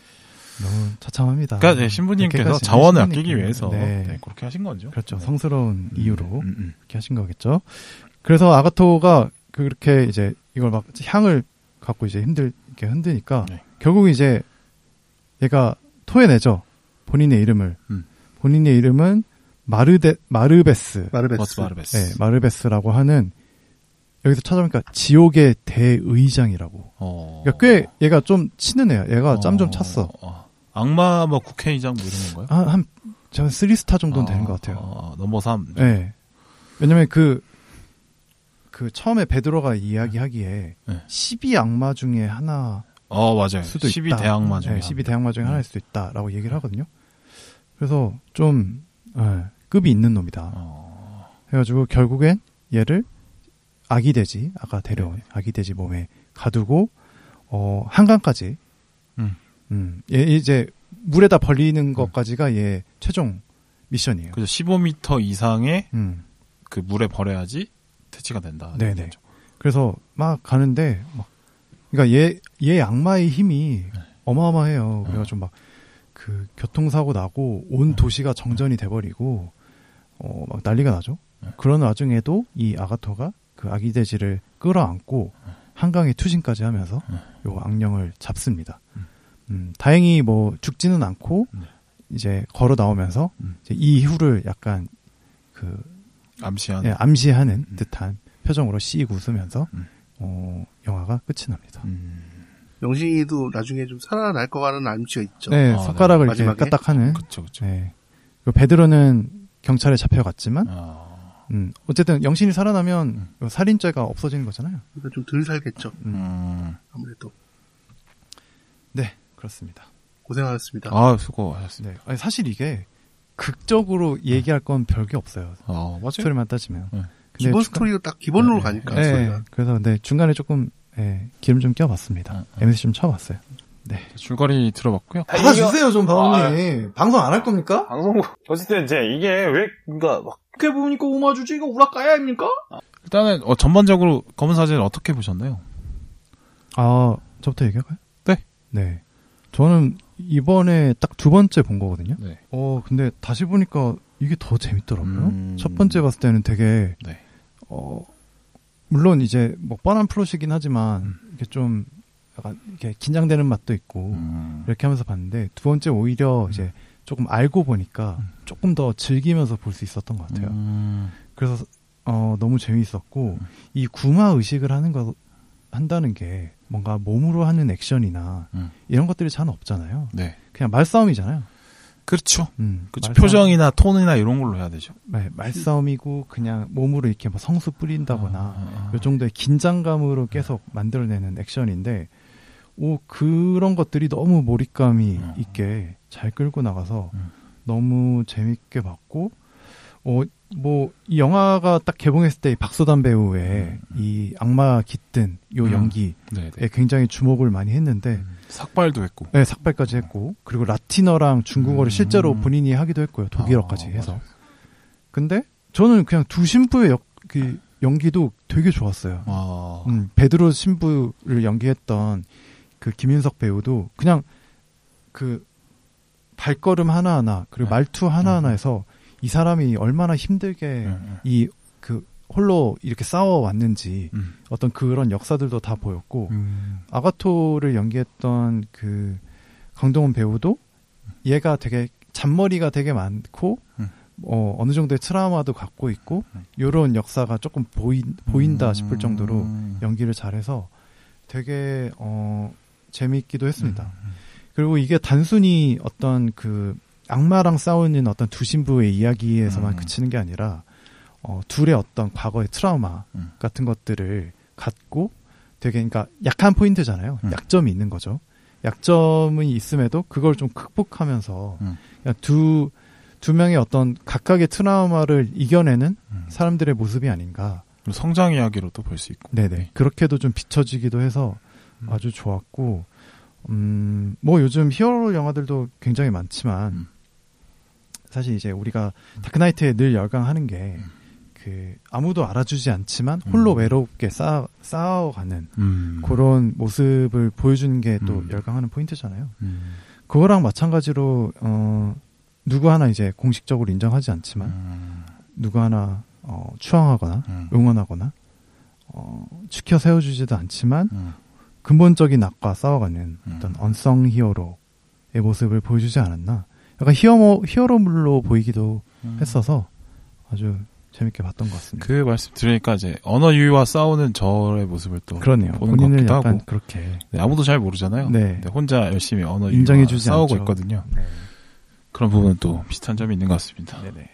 너무 처참합니다. 그러니까 네, 신부님께서 그렇게까지 자원을 신부님께서. 아끼기 위해서 네. 네, 그렇게 하신 거죠. 그렇죠. 네. 성스러운 이유로 음, 음. 이렇게 하신 거겠죠. 그래서 아가토가 그렇게 이제 이걸 막 향을 갖고 이제 힘들 이렇게 흔드니까 네. 결국 이제 얘가 토해내죠. 본인의 이름을. 음. 본인의 이름은 마르데 마르베스. 마르베스. 버스바르베스. 네, 마르베스라고 하는 여기서 찾아보니까 지옥의 대의장이라고. 어. 그러니까 꽤 얘가 좀 치는 애야. 얘가 짬 좀 어. 찼어. 어. 악마 뭐 국회의장 뭐 이런 건가요? 한, 한, 저는 3스타 그 정도는 아, 되는 것 같아요. 아, 넘버 3. 네. 왜냐면 그, 그 처음에 베드로가 이야기하기에 네. 12 악마 중에 하나 어, 맞아요. 수도 12 있다. 대항마 중에. 네, 12 대항마 중에 하나일 수도 있다라고 얘기를 하거든요. 그래서 좀, 예, 급이 있는 놈이다. 어. 해가지고 결국엔 얘를 아기 돼지 아까 데려온 네. 아기 돼지 몸에 가두고 어 한강까지 음. 음얘 이제 물에다 벌리는 것까지가 얘 최종 미션이에요. 예. 그죠. 15m 이상의 음 그 물에 버려야지 퇴치가 된다. 그렇죠. 네네. 그래서 막 가는데 막 그러니까 얘 얘 악마의 힘이 네. 어마어마해요. 그래가지고 막 그 교통사고 나고 온 네. 도시가 정전이 돼버리고 어 막 난리가 나죠. 네. 그런 와중에도 이 아가토가 그 아기 돼지를 끌어안고 네. 한강에 투신까지 하면서 요 악령을 잡습니다. 음, 다행히 뭐 죽지는 않고 음. 이제 걸어 나오면서 음. 이제 이 이후를 약간 그 암시한. 음. 예, 암시하는 듯한 표정으로 씩 웃으면서 음. 어, 영화가 끝이 납니다. 음. 영신이도 나중에 좀 살아날 거라는 암시가 있죠. 네, 아, 손가락을 네. 이렇게 마지막에? 까딱하는. 그쵸, 그쵸. 네. 그 베드로는 경찰에 잡혀갔지만, 아, 음, 어쨌든 영신이 살아나면 그 살인죄가 없어지는 거잖아요. 그러니까 좀 덜 살겠죠. 음. 아무래도 네, 그렇습니다. 고생하셨습니다. 아, 수고하셨습니다. 네, 아니, 사실 이게 극적으로 얘기할 건 별게 없어요. 아, 맞아요. 스토리만 따지면. 네. 근데 기본 중간- 스토리로 딱 기본으로 네, 가니까 네, 소리가. 그래서 근데 중간에 조금 예, 기름 좀 껴봤습니다. MC 좀 쳐봤어요. 줄거리 들어봤고요. 받아주세요, 좀, 방언님. 방송 안 할 겁니까? 방송 어쨌든 이제 이게 왜 그니까 막 그렇게 보니까 오마주지, 이거 우라카야입니까? 일단은, 어, 전반적으로 검은 사진을 어떻게 보셨나요? 아, 저부터 얘기할까요? 네. 네. 저는 이번에 딱 두 번째 본 거거든요. 네. 어, 근데 다시 보니까 이게 더 재밌더라고요. 음. 첫 번째 봤을 때는 되게, 네. 어, 물론 이제 뭐 뻔한 플롯이긴 하지만, 이게 좀 약간 이렇게 긴장되는 맛도 있고, 음. 이렇게 하면서 봤는데, 두 번째 오히려 이제 조금 알고 보니까 조금 더 즐기면서 볼 수 있었던 것 같아요. 음. 그래서 어, 너무 재미있었고 이 구마 의식을 하는 거 한다는 게 뭔가 몸으로 하는 액션이나 음. 이런 것들이 잘 없잖아요. 네. 그냥 말싸움이잖아요. 그렇죠. 음, 그렇죠. 말싸움- 표정이나 톤이나 이런 걸로 해야 되죠. 네, 말싸움이고 그냥 몸으로 이렇게 막 성수 뿌린다거나 그렇죠. 아, 이 정도의 네. 긴장감으로 계속 만들어내는 액션인데 오 그런 것들이 너무 몰입감이 음. 있게 잘 끌고 나가서 음. 너무 재밌게 봤고 어뭐 이 영화가 딱 개봉했을 때 이 박소담 배우의 이 악마 깃든 요 음. 연기에 네, 네. 굉장히 주목을 많이 했는데 삭발도 했고. 네, 삭발까지 했고 그리고 라틴어랑 중국어를 음. 실제로 본인이 하기도 했고요 독일어까지 아, 해서 맞아요. 근데 저는 그냥 두 신부의 역, 그 연기도 되게 좋았어요. 아, 음, 베드로 신부를 연기했던 그 김윤석 배우도 그냥 그 발걸음 하나하나 그리고 네. 말투 하나하나에서 이 사람이 얼마나 힘들게 음, 이 그 홀로 이렇게 싸워 왔는지 음. 어떤 그런 역사들도 다 보였고 음. 아가토를 연기했던 그 강동원 배우도 얘가 되게 잔머리가 되게 많고 음. 어, 어느 정도의 트라우마도 갖고 있고 음. 요런 역사가 조금 보인, 뭐, 보인다 음. 싶을 정도로 연기를 잘해서 되게 어, 재미있기도 했습니다. 음, 그리고 이게 단순히 어떤 그 악마랑 싸우는 어떤 두 신부의 이야기에서만 음. 그치는 게 아니라 어, 둘의 어떤 과거의 트라우마 음. 같은 것들을 갖고 되게 그러니까 약한 포인트잖아요. 음. 약점이 있는 거죠. 약점이 있음에도 그걸 좀 극복하면서 음. 그냥 두, 두 명의 어떤 각각의 트라우마를 이겨내는 음. 사람들의 모습이 아닌가 그리고 성장 이야기로도 볼 수 있고. 네네. 그렇게도 좀 비춰지기도 해서 음. 아주 좋았고, 음, 뭐 요즘 히어로 영화들도 굉장히 많지만, 음. 사실 이제 우리가 다크나이트에 늘 열광하는 게, 그, 아무도 알아주지 않지만 홀로 음. 외롭게 쌓아, 쌓아가는 음. 그런 모습을 보여주는 게 또 음. 열광하는 포인트잖아요. 음. 그거랑 마찬가지로, 어, 누구 하나 이제 공식적으로 인정하지 않지만, 음. 누구 하나, 어, 추앙하거나, 음. 응원하거나 어, 지켜 세워주지도 않지만 음. 근본적인 악과 싸워가는 음. 어떤 언성 히어로의 모습을 보여주지 않았나 약간 히어로 히어로물로 보이기도 음. 했어서 아주 재밌게 봤던 것 같습니다. 그 말씀 들으니까 이제 언어 유희와 싸우는 저의 모습을 또 그, 러네요 보는 것 본인을 같기도 약간 하고. 그렇게 네, 아무도 잘 모르잖아요. 네. 근데 혼자 열심히 언어 유희와 인정해주지 싸우고 않죠. 있거든요. 네. 그런 부분은 또 비슷한 점이 있는 것 같습니다. 네네.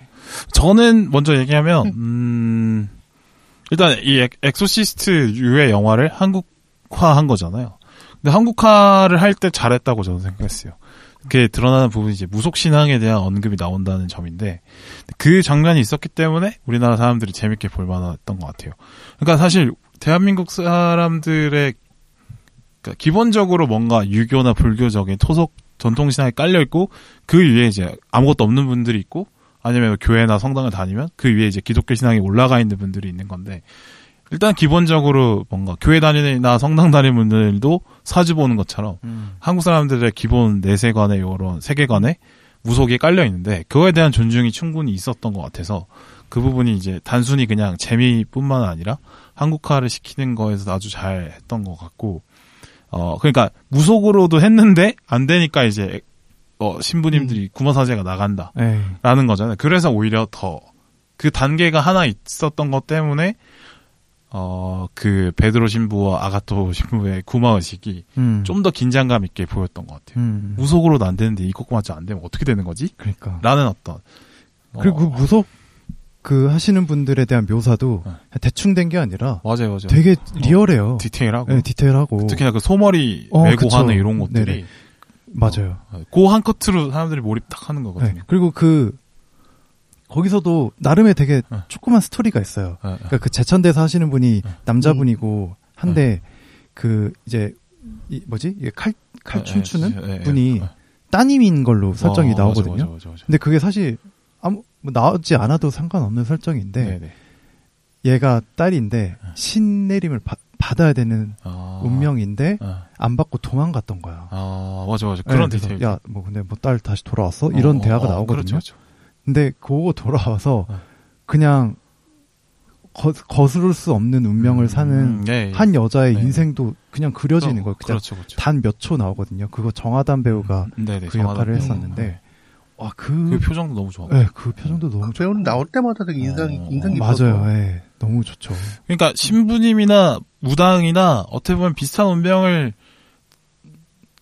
저는 먼저 얘기하면 음, 일단 이 엑- 엑소시스트 유의 영화를 한국화한 거잖아요. 근데 한국화를 할 때 잘했다고 저는 생각했어요. 그게 드러나는 부분이 이제 무속 신앙에 대한 언급이 나온다는 점인데 그 장면이 있었기 때문에 우리나라 사람들이 재밌게 볼 만했던 것 같아요. 그러니까 사실 대한민국 사람들의 그러니까 기본적으로 뭔가 유교나 불교적인 토속 전통 신앙에 깔려 있고 그 위에 이제 아무것도 없는 분들이 있고 아니면 뭐 교회나 성당을 다니면 그 위에 이제 기독교 신앙이 올라가 있는 분들이 있는 건데 일단 기본적으로 뭔가 교회 다니나 성당 다니는 분들도 사주 보는 것처럼 한국 사람들의 기본 내세관의 이런 세계관에 무속이 깔려 있는데 그거에 대한 존중이 충분히 있었던 것 같아서 그 부분이 이제 단순히 그냥 재미뿐만 아니라 한국화를 시키는 거에서 아주 잘 했던 것 같고 어 그러니까 무속으로도 했는데 안 되니까 이제 어 신부님들이 구마사제가 나간다 네. 라는 거잖아요. 그래서 오히려 더 그 단계가 하나 있었던 것 때문에 어, 그 베드로 신부와 아가토 신부의 구마 의식이 음. 좀 더 긴장감 있게 보였던 것 같아요. 음. 무속으로도 안 되는데 이곡마저안 되면 어떻게 되는 거지? 그러니까. 라는 어떤 어, 그리고 그 무속 그 하시는 분들에 대한 묘사도 어. 대충 된 게 아니라 맞아요, 맞아요. 되게 리얼해요. 디테일하고 네, 디테일하고 특히나 그 소머리 어, 메고 그쵸. 하는 이런 것들이 맞아요. 고한 커트로 사람들이 몰입 딱 하는 거거든요. 네, 그리고 그 거기서도 나름의 되게 어. 조그만 스토리가 있어요. 어, 어. 그러니까 그 제천대사 하시는 분이 어. 남자분이고 네. 한데 그 이제 이 뭐지 이게 칼 칼춤 추는 예, 예, 예. 분이 어. 따님인 걸로 설정이 어, 나오거든요. 맞아, 맞아, 맞아. 근데 그게 사실 아무 뭐 나오지 않아도 상관없는 설정인데 네네. 네. 얘가 딸인데 신내림을 받- 받아야 되는 아. 운명인데 어. 안 받고 도망갔던 거야. 아, 맞아, 맞아. 그런 네, 그래서 디테일. 야, 뭐 근데 뭐 딸 다시 돌아왔어? 이런 대화가 나오거든요. 그렇죠, 그렇죠. 근데 그거 돌아와서 어. 그냥 거, 거스를 수 없는 운명을 사는 음, 예, 예. 한 여자의 네. 인생도 그냥 그려지는 거예요. 그냥 그렇죠, 그렇죠. 음. 단 몇 초 나오거든요. 그거 정하단 배우가 네네, 그 정하다 역할을 보면. 했었는데 와, 그 그 표정도 너무 좋아. 예, 그 표정도 너무 좋 배우는 나올 때마다 되게 인상, 어, 인상 깊었어. 맞아요. 예. 너무 좋죠. 그러니까 신부님이나 무당이나 어떻게 보면 비슷한 운명을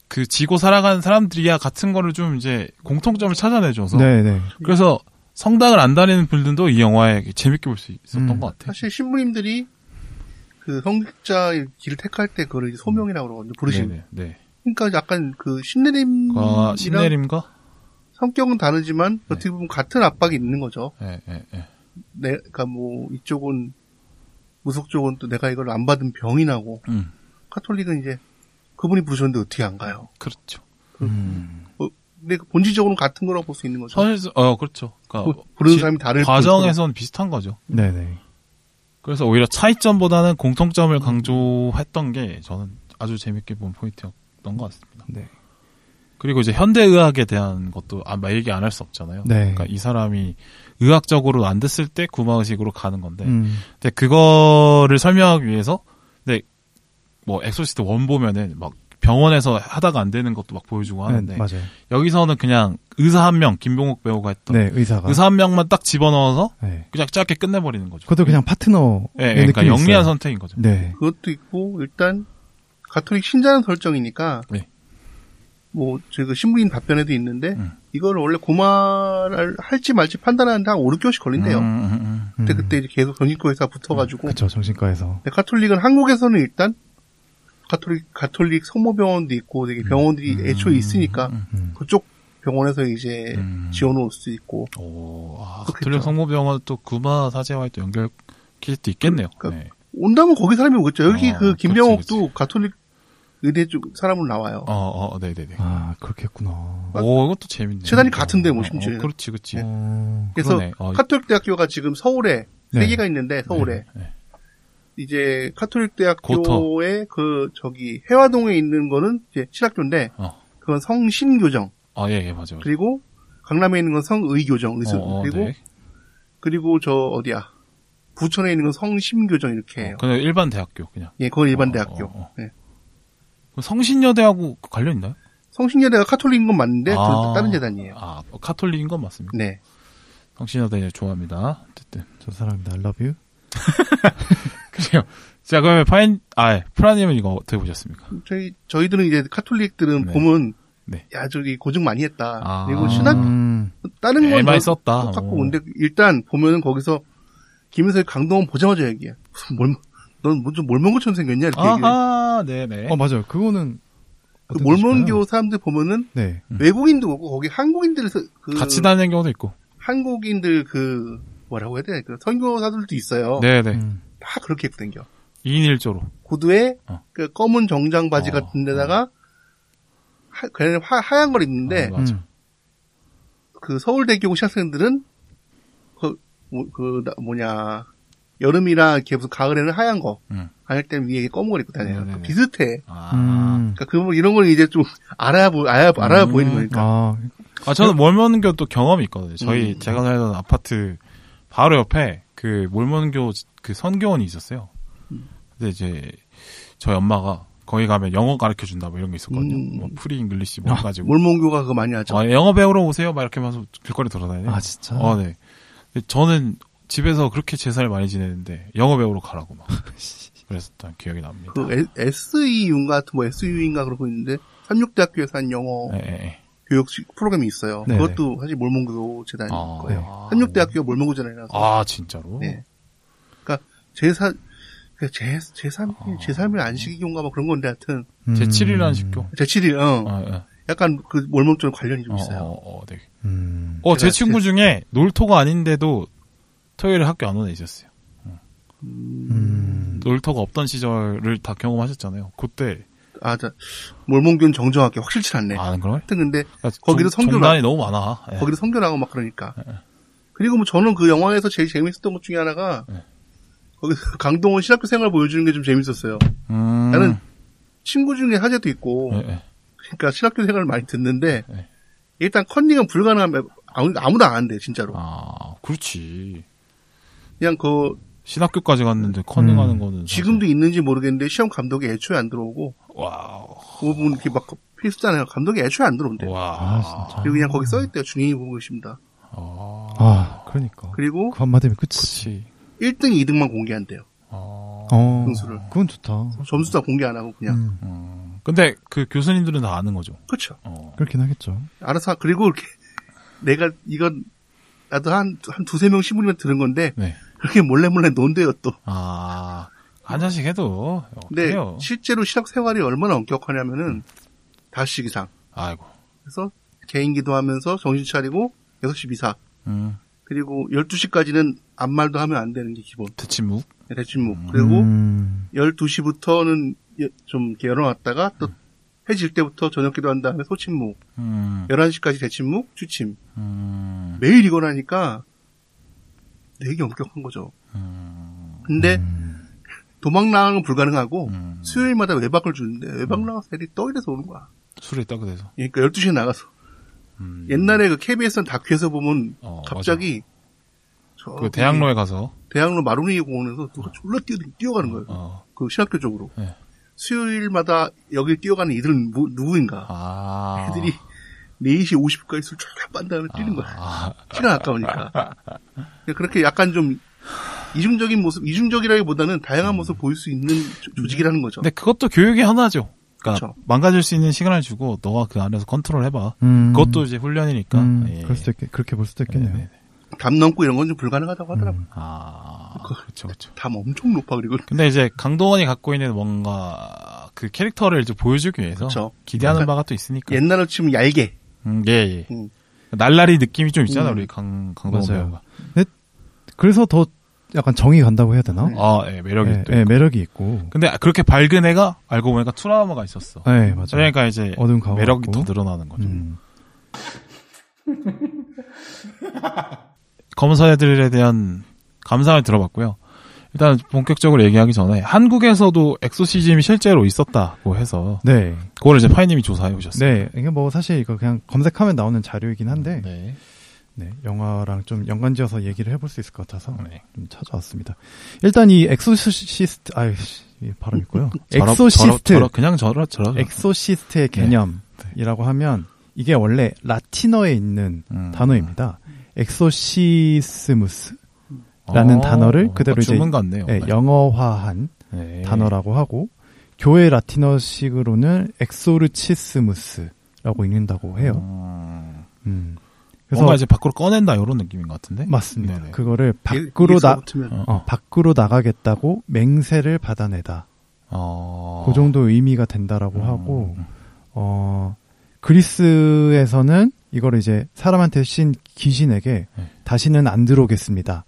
그 지고 살아가는 사람들이야 같은 거를 좀 이제 공통점을 찾아내줘서 네, 네. 그래서 성당을 안 다니는 분들도 이 영화에 재밌게 볼 수 있었던 음. 것 같아요. 사실 신부님들이 그 성직자의 길을 택할 때 그걸 이제 소명이라고 그러거든요. 부르심. 네네, 네. 그러니까 약간 그 신내림이랑 아, 신내림과 네. 성격은 다르지만 어떻게 보면 같은 압박이 있는 거죠. 예, 예, 예. 내가 뭐 이쪽은 무속 쪽은 또 내가 이걸 안 받은 병이 나고 음, 카톨릭은 이제 그분이 부르셨는데 어떻게 안 가요? 그렇죠. 음. 근데 그 본질적으로는 같은 거라고 볼 수 있는 거죠. 사실 어 그렇죠. 그러니까 부- 부르는 지- 사람이 다를 그렇죠. 과정에선 비슷한 거죠. 네, 네. 그래서 오히려 차이점보다는 공통점을 강조했던 게 저는 아주 재밌게 본 포인트였던 것 같습니다. 네. 그리고 이제 현대의학에 대한 것도 아마 얘기 안 할 수 없잖아요. 네. 그러니까 이 사람이 의학적으로 안 됐을 때 구마의식으로 가는 건데, 음. 근데 그거를 설명하기 위해서, 근데 뭐 엑소시스트 원 보면은 막 병원에서 하다가 안 되는 것도 막 보여주고 하는데, 네, 맞아요. 여기서는 그냥 의사 한 명, 김병욱 배우가 했던 네, 의사가. 의사 한 명만 딱 집어넣어서 네. 그냥 짧게 끝내버리는 거죠. 그것도 그냥 파트너 예, 예, 의 그러니까 느낌이 영리한 있어요. 선택인 거죠. 네. 그것도 있고 일단 가톨릭 신자는 설정이니까 네. 뭐 저희가 신부인 답변에도 있는데 음. 이걸 원래 고마를 할지 말지 판단하는데 한 5, 6개월씩 걸린대요. 음, 음, 음. 그때 음. 그때 이제 계속 정신과에서 붙어가지고 그쵸, 정신과에서. 근데 카톨릭은 한국에서는 일단 가톨릭 가톨릭 성모병원도 있고 음. 되게 병원들이 애초에 있으니까 음. 그쪽 병원에서 이제 음. 지원을 올 수 있고 오, 아, 그렇겠죠. 가톨릭 성모병원 또 구마 사제와의 또 연결 킬수 있겠네요. 그- 네. 온다면 거기 사람이 오겠죠. 여기 어, 그 김병옥도 그렇지, 가톨릭 의대 쪽 사람으로 나와요. 어, 어, 네, 네, 네. 아, 그렇겠구나. 오, 이것도 재밌네. 재단이 그, 같은데, 뭐, 어, 심지어. 어, 그렇지, 그렇지. 어, 그래서 그러네. 어, 카톨릭 대학교가 지금 서울에 네. 세 개가 있는데 서울에 예. 이제 카톨릭 대학교의 그 저기 해화동에 있는 거는 이제 신학교인데 어. 그건 성신교정 아, 예, 예, 맞아, 맞아. 그리고 강남에 있는 건 성의교정 의수 어, 어, 그리고 네. 그리고 저 어디야 부천에 있는 건 성심교정 이렇게 해요. 그냥 일반 대학교 그냥. 예, 그건 일반 어, 대학교. 어, 어. 예. 그럼 성신여대하고 관련 있나요? 성신여대가 카톨릭인 건 맞는데 아. 그건 또 다른 재단이에요. 아, 카톨릭인 건 맞습니까? 네. 성신여대 이제 좋아합니다. 어쨌든 저 사람이다. I love you. 그래요. 자, 그러면 파인, 아, 예. 프라님은 이거 어떻게 보셨습니까? 저희 저희들은 이제 카톨릭들은 네. 보면 네. 야 저기 고증 많이 했다. 아. 그리고 신학 음, 다른 건뭐 에마이 네, 저- 썼다. 똑같고 어. 근데 일단 보면은 거기서 김인석이 강동원 보자마자 얘기해. 무슨 뭘, 넌좀 몰몬 것처럼 생겼냐 이렇게 얘기해. 아하, 네, 네. 어, 맞아요. 그거는. 그 어떤 뜻일까요? 몰몬교 사람들 보면은 네. 음. 외국인도 없고 거기 한국인들 그 같이 다니는 경우도 있고. 한국인들 그 뭐라고 해야 되나 그 선교사들도 있어요. 네, 네. 음. 다 그렇게 입고 댕겨. 2인 1조로. 구두에 어. 그 검은 정장 바지 어, 어. 같은 데다가 하, 그냥 하, 하얀 걸 입는데 맞아. 음. 그 서울대교 시학생들은 그, 뭐, 그 나- 뭐냐 여름이나 이렇게 무슨 가을에는 하얀 거 음. 아닐 때는 위에 검은 걸 입고 다녀요. 네네네. 그러니까 비슷해. 아. 음. 그러니까 그 이런 걸 이제 좀 알아보 알아 알아 보이는 거니까. 아, 음. 아, 저는 몰몬교 또 경험이 있거든요. 저희 음. 제가 살던 아파트 바로 옆에 그 몰몬교 그 선교원이 있었어요. 음. 근데 이제 저희 엄마가 거기 가면 영어 가르쳐 준다 뭐 이런 게 있었거든요. 음. 뭐 프리 잉글리시 뭐 해가지고 몰몬교가 그거 많이 하죠. 아, 영어 배우러 오세요 막 이렇게 하면서 길거리 돌아다니네. 아, 진짜? 어, 네. 근데 저는 집에서 그렇게 제사를 많이 지내는데 영어 배우러 가라고 막 그랬었던 기억이 납니다. 그 SEU인가 같은 뭐 SU인가 그러고 있는데 삼육대학교에서 한 영어 예, 예, 예. 교육 시- 프로그램이 있어요. 네네. 그것도 사실 몰몬교 재단일 아, 거예요. 아. 그 삼육대학교가 몰몬교 재단이라서 아 진짜로? 네. 제사 그 제, 제3, 아. 제3일 안식일교인가 뭐 그런 건데 하여튼 음. 제7이라는 식교. 제7일 어, 아, 예. 약간 그 몰몬 좀 관련이 좀 어, 있어요. 어, 어, 네. 음. 어, 제 제가 친구 중에 놀토가 아닌데도 토요일에 학교 안 오는 애 있었어요. 음. 놀토가 없던 시절을 다 경험하셨잖아요. 그때 아, 자, 몰몬교는 정정하게 확실치 않네. 아는 걸? 하여튼 근데 그러니까 거기도 종- 성교라- 종단이 너무 많아. 예. 거기도 성교나고 막 그러니까. 그리고 뭐 저는 그 영화에서 제일 재밌었던 것 중에 하나가 예. 거기서 강동원 신학교 생활 보여주는 게 좀 재밌었어요. 음. 나는 친구 중에 하재도 있고 예, 예. 그러니까 신학교 생활을 많이 듣는데 네. 일단 컨닝은 불가능하면 아무, 아무도 안 한대 진짜로. 아, 그렇지. 그냥 그 신학교까지 갔는데 컨닝하는 음. 거는 사실- 지금도 있는지 모르겠는데 시험 감독이 애초에 안 들어오고 와우. 그 부분 이렇게 막 필수잖아요. 감독이 애초에 안 들어온대. 와. 아, 진짜. 그리고 그냥 거기 써있대요. 중인이 보고 계십니다. 아. 아, 그러니까. 그리고 그 한마디면 끝이지. 그렇지. 1등, 2등만 공개한대요. 아. 어. 등수를. 그건 좋다. 점수 다 공개 안 하고 그냥. 음, 음. 근데 그 교수님들은 다 아는 거죠. 그렇죠. 어. 그렇긴 하겠죠. 알아서 하- 그리고 이렇게 내가 이건 나도 한, 한 두세 명 신부님한테 들은 건데 네. 그렇게 몰래 몰래 논대요 또. 아. 한 잔씩 해도. 어, 근데 해요. 실제로 신학 생활이 얼마나 엄격하냐면은 다 5시 이상. 아이고. 그래서 개인 기도하면서 정신 차리고 6시 미사. 음. 그리고 12시까지는 아무 말도 하면 안 되는 게 기본. 대침묵. 대침묵. 그리고 음. 12시부터는 좀 이렇게 열어놨다가 음. 또 해질 때부터 저녁 기도한 다음에 소침묵, 음. 11시까지 대침묵, 주침. 음. 매일 이걸 하니까 되게 엄격한 거죠. 근데 도망 나가는 건 불가능하고 음. 수요일마다 외박을 주는데 외박 나가서 애들이 떠이래서 오는 거야. 술에 따그대서. 그러니까 12시에 나가서. 음. 옛날에 그 KBS는 다큐에서 보면 어, 갑자기 저 그 대학로에 가서 대학로 마로니 공원에서 누가 졸라 뛰어, 뛰어가는 거예요. 어. 그 신학교 쪽으로. 네. 수요일마다 여길 뛰어가는 이들은 뭐- 누구인가. 아. 애들이 4시 50분까지 술 쫙 빤 다음에 뛰는 거야. 아. 시간 아까우니까. 근데 그렇게 약간 좀 이중적인 모습, 이중적이라기보다는 다양한 음. 모습을 보일 수 있는 조- 조직이라는 거죠. 네. 근데 그것도 교육의 하나죠. 그러니까 그쵸. 망가질 수 있는 시간을 주고 너가 그 안에서 컨트롤 해봐. 음. 그것도 이제 훈련이니까. 음, 예. 그럴 수도 있겠, 그렇게 볼 수도 있겠네요. 네, 네, 네. 담 넘고 이런 건 좀 불가능하다고 하더라고요. 음. 아, 그렇죠, 그렇죠. 담 엄청 높아, 그리고. 근데 이제 강동원이 갖고 있는 뭔가 그 캐릭터를 이제 보여주기 위해서 그쵸. 기대하는 약간 바가 또 있으니까. 옛날로 치면 얇게. 음, 예, 예. 음. 날라리 느낌이 좀 있잖아, 음. 우리 강, 강동원 맞아요. 배우가. 그래서 더 약간 정이 간다고 해야 되나? 아, 예, 매력이 예, 또. 예, 있고. 그러니까. 매력이 있고. 근데 그렇게 밝은 애가 알고 보니까 트라우마가 있었어. 네, 맞아요. 그러니까 이제 어두운 가오 매력이 같고. 더 늘어나는 거죠. 음. 검은 사제들에 대한 감상을 들어봤고요. 일단 본격적으로 얘기하기 전에 한국에서도 엑소시즘이 실제로 있었다고 해서 네. 그거를 이제 파이님이 조사해 오셨어요. 네. 이게 뭐 사실 이거 그냥 검색하면 나오는 자료이긴 한데, 네. 네, 영화랑 좀 연관지어서 얘기를 해볼 수 있을 것 같아서 네. 좀 찾아왔습니다. 일단 이 엑소시스트, 아유, 발음 있고요. 저러- 엑소시스트. 저러- 저러- 그냥 저러 저러. 엑소시스트의 네. 개념이라고 하면 이게 원래 라틴어에 있는 음. 단어입니다. 엑소시스무스라는 단어를 그대로 이제 주문 같네요. 예, 영어화한 네. 단어라고 하고 교회 라틴어식으로는 엑소르치스무스라고 읽는다고 해요. 음. 음. 그래서 뭔가 이제 밖으로 꺼낸다 이런 느낌인 것 같은데. 맞습니다. 네네. 그거를 일- 밖으로 일에서 나 붙으면 어. 어, 밖으로 나가겠다고 맹세를 받아내다. 어. 그 정도 의미가 된다라고 음. 하고 어 그리스에서는 이걸 이제 사람한테 신 귀신에게 네. 다시는 안 들어오겠습니다라는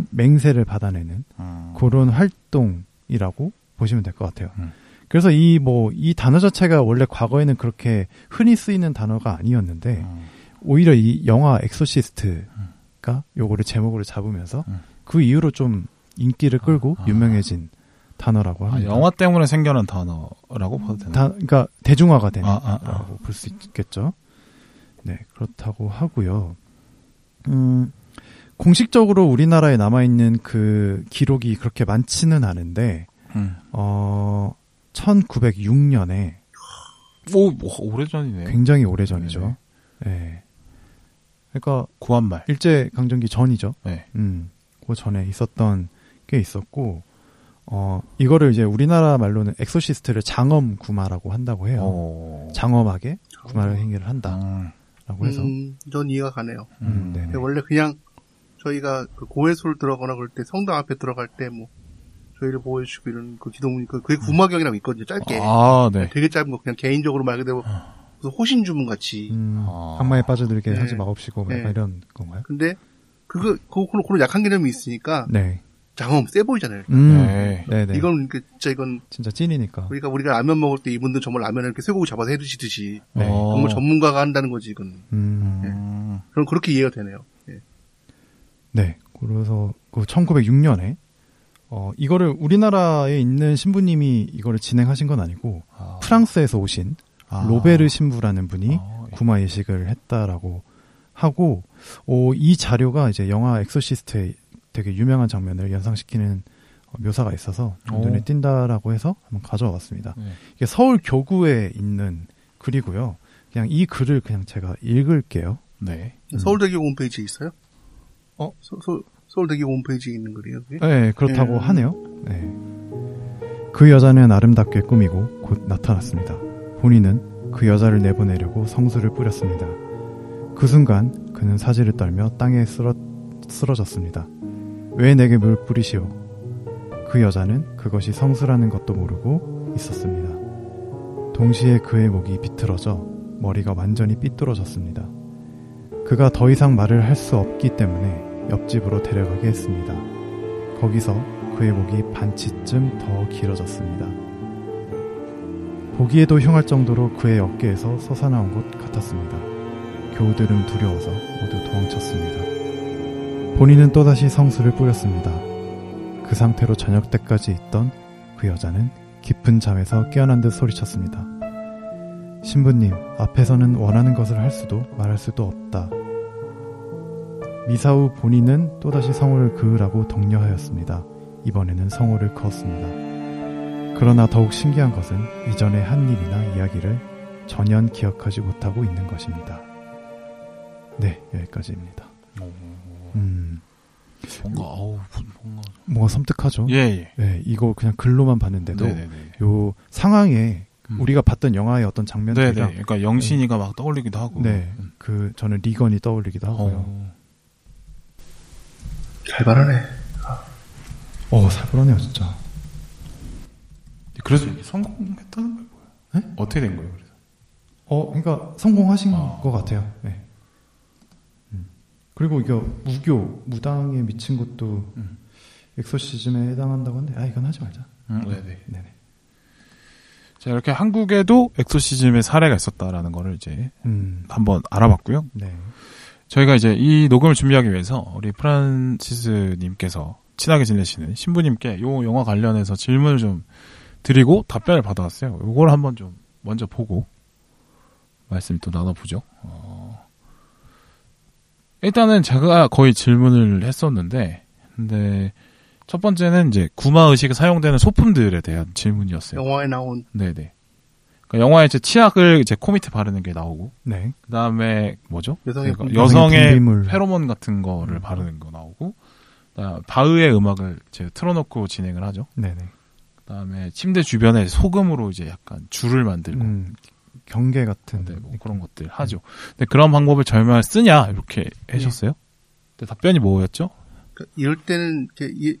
어. 맹세를 받아내는 음. 그런 활동이라고 보시면 될 것 같아요. 음. 그래서 이 뭐 이 단어 자체가 원래 과거에는 그렇게 흔히 쓰이는 단어가 아니었는데 음. 오히려 이 영화 엑소시스트가 요거를 제목으로 잡으면서 음. 그 이후로 좀 인기를 끌고 아. 유명해진 단어라고 아, 합니다. 영화 때문에 생겨난 단어라고 봐도 되나? 다, 그러니까 대중화가 된다고 아, 아, 아. 볼 수 있겠죠. 네, 그렇다고 하고요. 음, 공식적으로 우리나라에 남아 있는 그 기록이 그렇게 많지는 않은데 음. 어 1906년에 오, 뭐, 오래전이네. 네. 요 굉장히 오래전이죠. 예. 그러니까 구한말. 일제 강점기 전이죠. 네. 음. 그 전에 있었던 게 있었고 어 이거를 이제 우리나라 말로는 엑소시스트를 장엄 구마라고 한다고 해요. 어. 장엄하게 구마를 행위를 한다라고 음. 해서 음, 전 이해가 가네요. 음, 네네. 근데 원래 그냥 저희가 그 고해솔 들어가거나 그럴 때 성당 앞에 들어갈 때 뭐 저희를 보호해주시고 이런 그 기도문 그 음. 그게 구마경이라고 있거든요. 짧게 아, 네. 되게 짧은 거 그냥 개인적으로 말 그대로 무슨 호신 주문 같이. 어. 음, 아. 악마에 빠져들게 네. 하지 마옵시고 막 네. 약간 이런 건가요? 근데 그거 그- 그런 그런 약한 개념이 있으니까 네. 장엄 세 보이잖아요. 음. 네. 네. 네 아. 이건 이렇게 진짜 이건 진짜 찐이니까. 우리가 우리가 라면 먹을 때 이분들 정말 라면을 이렇게 쇠고기 잡아서 해드시듯이 네. 어. 정말 전문가가 한다는 거지 이건. 음. 음. 그럼 그렇게 이해가 되네요. 예. 네. 그래서 그 1906년에 어 이거를 우리나라에 있는 신부님이 이거를 진행하신 건 아니고 아. 프랑스에서 오신 아. 로베르 신부라는 분이 아, 예. 구마 예식을 했다라고 하고 어, 이 자료가 이제 영화 엑소시스트의 되게 유명한 장면을 연상시키는 어, 묘사가 있어서 좀 오. 눈에 띈다라고 해서 한번 가져왔습니다. 네. 이게 서울 교구에 있는 글이고요. 그냥 이 글을 그냥 제가 읽을게요. 네. 서울대교 홈페이지에 있어요? 어? 서, 서, 서울대교 홈페이지에 있는 글이에요. 그게? 네, 그렇다고 예. 하네요. 네. 그 여자는 아름답게 꾸미고 곧 나타났습니다. 본인은 그 여자를 내보내려고 성수를 뿌렸습니다. 그 순간 그는 사지를 떨며 땅에 쓰러, 쓰러졌습니다. 왜 내게 물 뿌리시오? 그 여자는 그것이 성수라는 것도 모르고 있었습니다. 동시에 그의 목이 비틀어져 머리가 완전히 삐뚤어졌습니다. 그가 더 이상 말을 할 수 없기 때문에 옆집으로 데려가게 했습니다. 거기서 그의 목이 반치쯤 더 길어졌습니다. 보기에도 흉할 정도로 그의 어깨에서 솟아나온 것 같았습니다. 교우들은 두려워서 모두 도망쳤습니다. 본인은 또다시 성수를 뿌렸습니다. 그 상태로 저녁 때까지 있던 그 여자는 깊은 잠에서 깨어난 듯 소리쳤습니다. 신부님, 앞에서는 원하는 것을 할 수도 말할 수도 없다. 미사 후 본인은 또다시 성호를 그으라고 독려하였습니다. 이번에는 성호를 그었습니다. 그러나 더욱 신기한 것은 이전에 한 일이나 이야기를 전혀 기억하지 못하고 있는 것입니다. 네, 여기까지입니다. 음, 뭔가 어우 뭔가 뭔가 섬뜩하죠? 예, 예. 네, 이거 그냥 글로만 봤는데도 네네네. 요 상황에 음. 우리가 봤던 영화의 어떤 네네. 장면들이랑 그러니까 영신이가 막 떠올리기도 하고. 네, 음. 그 저는 리건이 떠올리기도 하고요. 어. 잘 말하네. 어, 살벌하네요, 진짜. 그래서 이게 성공했다는 거예요? 네? 어떻게 된 거예요? 그래서? 어, 그러니까 성공하신 아. 것 같아요. 네. 음. 그리고 이게 무교, 무당에 미친 것도 음. 엑소시즘에 해당한다고 하는데, 아, 이건 하지 말자. 음, 네네. 네네. 자 이렇게 한국에도 엑소시즘의 사례가 있었다라는 거를 이제 음, 한번 알아봤고요. 네. 저희가 이제 이 녹음을 준비하기 위해서 우리 프란시스님께서 친하게 지내시는 신부님께 요 영화 관련해서 질문을 좀 드리고 답변을 받아왔어요. 요걸 한번 좀 먼저 보고 말씀 또 나눠보죠. 어, 일단은 제가 거의 질문을 했었는데, 근데 첫 번째는 이제 구마 의식에 사용되는 소품들에 대한 질문이었어요. 영화에 나온 네네. 그러니까 영화에 이제 치약을 이제 코 밑에 바르는 게 나오고, 네. 그 다음에 뭐죠? 여성의 그러니까 분비- 여성의 여성의 분비물. 페로몬 같은 음. 거를 바르는 거 나오고 그다음 바흐의 음악을 이제 틀어놓고 진행을 하죠. 네네. 그다음에 침대 주변에 소금으로 이제 약간 줄을 만들고 음, 경계 같은. 음. 네, 뭐 음. 느낌. 그런 것들 하죠. 근데 그런 방법을 절마 쓰냐 이렇게 예. 하셨어요? 근데 답변이 뭐였죠? 그러니까 이럴 때는 이렇게 이-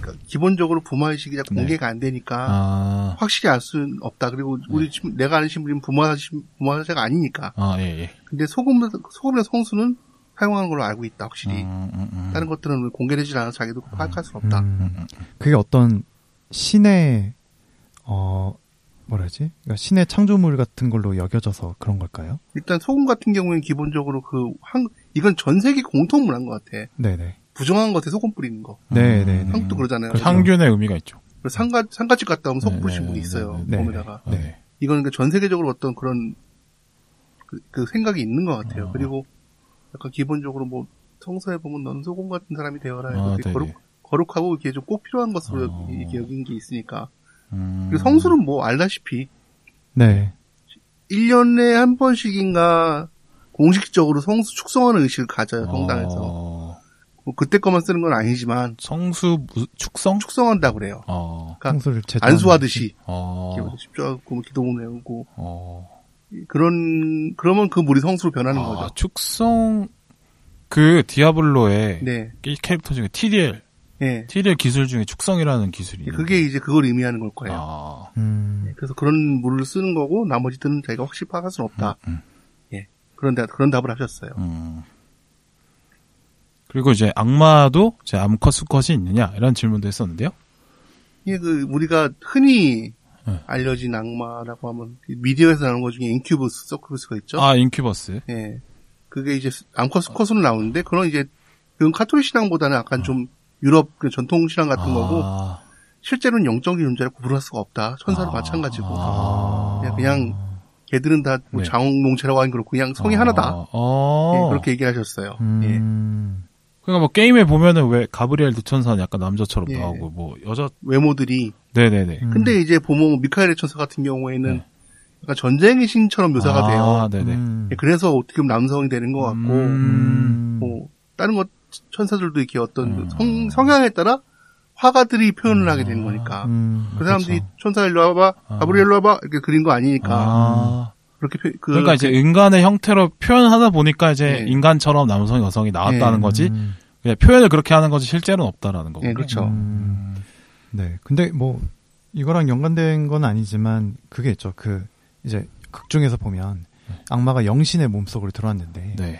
그러니까 기본적으로 부마의식이 잘 네. 공개가 안 되니까 아, 확실히 알 수는 없다. 그리고 우리 지금 내가 아는 신부님 부마 부마사가 아니니까. 아, 예, 예. 근데 소금 소금의 성수는 사용하는 걸로 알고 있다. 확실히 음, 음, 음. 다른 것들은 공개되지 않아서 자기도 파악할 수 없다. 음, 그게 어떤 신의, 어, 뭐라 하지? 그러니까 신의 창조물 같은 걸로 여겨져서 그런 걸까요? 일단 소금 같은 경우에는 기본적으로 그 한, 이건 전 세계 공통 문화인 것 같아. 네네. 부정한 것에 소금 뿌리는 거. 네네네. 음. 한국도 그러잖아요. 그 항균의 의미가 있죠. 그래서 상가 상가집 갔다 오면 소금 뿌리신 네, 분이 네, 있어요. 네, 네. 몸에다가 아, 네. 네. 이거는 그전 세계적으로 어떤 그런 그, 그 생각이 있는 것 같아요. 어. 그리고 약간 기본적으로 뭐 성서에 보면 넌 소금 같은 사람이 되어라 아, 해서 네네. 되게 거룩 거룩하고 이게 좀 꼭 필요한 것으로 어. 이렇게 여긴 게 있으니까. 음. 그리고 성수는 뭐 알다시피 네. 1년에 한 아. 번씩인가 공식적으로 성수 축성하는 의식을 가져요, 성당에서. 어, 뭐 그때 것만 쓰는 건 아니지만 성수 무- 축성? 축성한다 그래요. 어, 성수를 제조 안수하듯이 어, 기도 집중하고 뭐 기도문 외우고 어. 그런 그러면 그 물이 성수로 변하는 아, 거죠. 축성 그 디아블로의 네, 이 캐릭터 중에 TDL, 예, TDL 기술 중에 축성이라는 기술이 있는데. 그게 이제 그걸 의미하는 걸 거예요. 아, 음, 그래서 그런 물을 쓰는 거고 나머지들은 자기가 확실히 파악할 수는 없다. 음, 예, 그런 데, 그런 답을 하셨어요. 음. 그리고 이제 악마도 이제 암컷 수컷이 있느냐 이런 질문도 했었는데요. 이게 그 우리가 흔히 네. 알려진 악마라고 하면 미디어에서 나오는 것 중에 인큐브스, 서큐브스가 있죠. 아 인큐버스. 예, 그게 이제 스- 암컷 수컷으로 나오는데 그건 이제 그건 카톨릭 신앙보다는 약간 좀 유럽 그 전통 신앙 같은 거고 음. 아, 실제로는 영적인 존재를 구분할 수가 없다. 천사도 마찬가지고. 아. 그냥, 그냥 걔들은 다뭐 네. 장홍농체라고 하긴 그렇고 그냥 성이 아, 하나다. 어. 예, 그렇게 얘기하셨어요. 예. 음, 그러니까 뭐 게임에 보면은 왜 가브리엘 두천사는 약간 남자처럼 예. 나오고 뭐 여자 외모들이. 네네네 음. 근데 이제 보면 뭐 미카엘의 천사 같은 경우에는 네. 약간 그 전쟁의 신처럼 묘사가 아, 돼요. 네네 음, 예, 그래서 어떻게 보면 남성이 되는 것 같고 음. 뭐 다른 것 천사들도 이렇게 어떤 음. 성, 성향에 따라 화가들이 표현을 하게 되는 거니까. 음, 그 사람들이 천사 일로 와봐, 아. 가브리엘 일로 와봐 이렇게 그린 거 아니니까 아, 그렇게 표, 그, 그러니까 이제 인간의 형태로 표현하다 보니까 이제 예. 인간처럼 남성 여성이 나왔다는 예. 거지 음, 그냥 표현을 그렇게 하는 거지 실제로는 없다라는 거고 예, 그렇죠. 음, 네. 근데 뭐 이거랑 연관된 건 아니지만 그게 있죠. 그 이제 극 중에서 보면 악마가 영신의 몸속으로 들어왔는데 네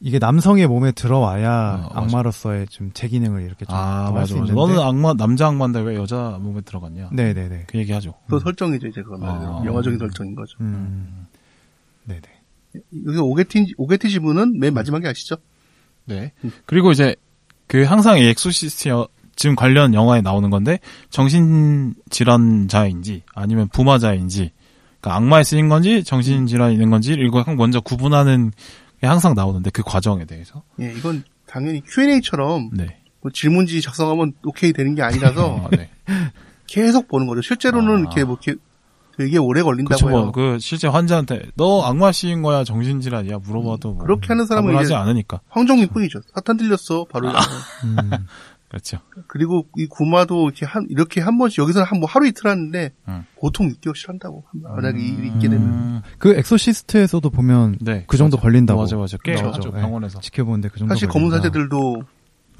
이게 남성의 몸에 들어와야 어, 맞아. 악마로서의 좀 재기능을 이렇게 아 좀할수 맞아 맞아 있는데. 너는 악마 남자 악마인데 왜 여자 몸에 들어갔냐 네네네. 그 얘기하죠 또 설정이죠 이제 그건 아. 영화적인 설정인 거죠. 음. 네네. 여기 오게티 오게티 지문은 맨 마지막에 아시죠? 네 그리고 이제 그 항상 이 엑소시스트 여- 지금 관련 영화에 나오는 건데 정신 질환자인지 아니면 부마자인지 그러니까 악마에 쓰인 건지 정신 질환이 있는 건지 이거 먼저 구분하는 게 항상 나오는데 그 과정에 대해서 예, 이건 당연히 Q&A처럼 뭐 네 질문지 작성하면 오케이 되는 게 아니라서 아, 네. 계속 보는 거죠. 실제로는 아. 이렇게 뭐 이렇게 되게 오래 걸린다고 그렇죠. 해요. 뭐, 그 실제 환자한테 너 악마 씨인 거야, 정신질환이야 물어봐도 뭐 그렇게 하는 사람은 답을 이제- 하지 않으니까. 황정민뿐이죠. 사탄 들렸어 바로 아. 음. 그렇죠. 그리고 이 구마도 이렇게 한 이렇게 한 번씩 여기서는 한 뭐 하루 이틀 하는데 음. 보통 6개월씩 한다고 만약에 이 일이 있게 되면 음, 그 엑소시스트에서도 보면 네. 그 정도 걸린다고 맞아 맞아. 꽤 그렇죠. 나오죠. 나오죠. 네. 병원에서. 지켜보는데 그 정도. 사실 검은 사제들도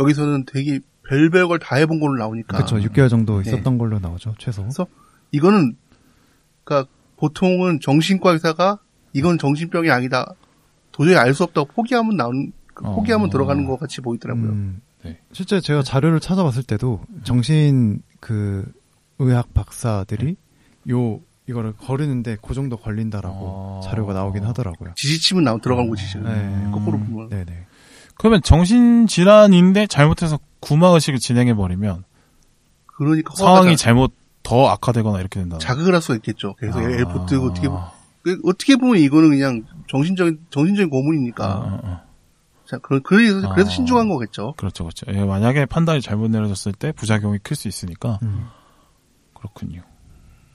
여기서는 되게 별별 걸 다 해본 걸로 나오니까 그렇죠. 음. 6개월 정도 네. 있었던 걸로 나오죠. 최소. 그래서 이거는 그러니까 보통은 정신과 의사가 이건 정신병이 아니다. 도저히 알 수 없다고 포기하면 나온 그 어. 포기하면 들어가는 것 같이 보이더라고요. 음. 네. 실제 제가 자료를 찾아봤을 때도 정신 그 의학 박사들이 요 이거를 거르는데 그 정도 걸린다라고 아. 자료가 나오긴 하더라고요. 지지치면 나온 들어간 거지 지금 네. 거꾸로 보면 네네. 그러면 정신질환인데 잘못해서 구마 의식을 진행해 버리면 그러니까 상황이 허가가 잘못 더 악화되거나 이렇게 된다. 자극을 할 수가 있겠죠. 그래서 얘를 아. 붙들고 어떻게 보- 그- 어떻게 보면 이거는 그냥 정신적인 정신적인 고문이니까 아, 아, 아. 자, 그런- 그래서 그래서 아. 신중한 거겠죠. 그렇죠, 그렇죠. 예, 만약에 판단이 잘못 내려졌을 때 부작용이 클 수 있으니까 음. 그렇군요.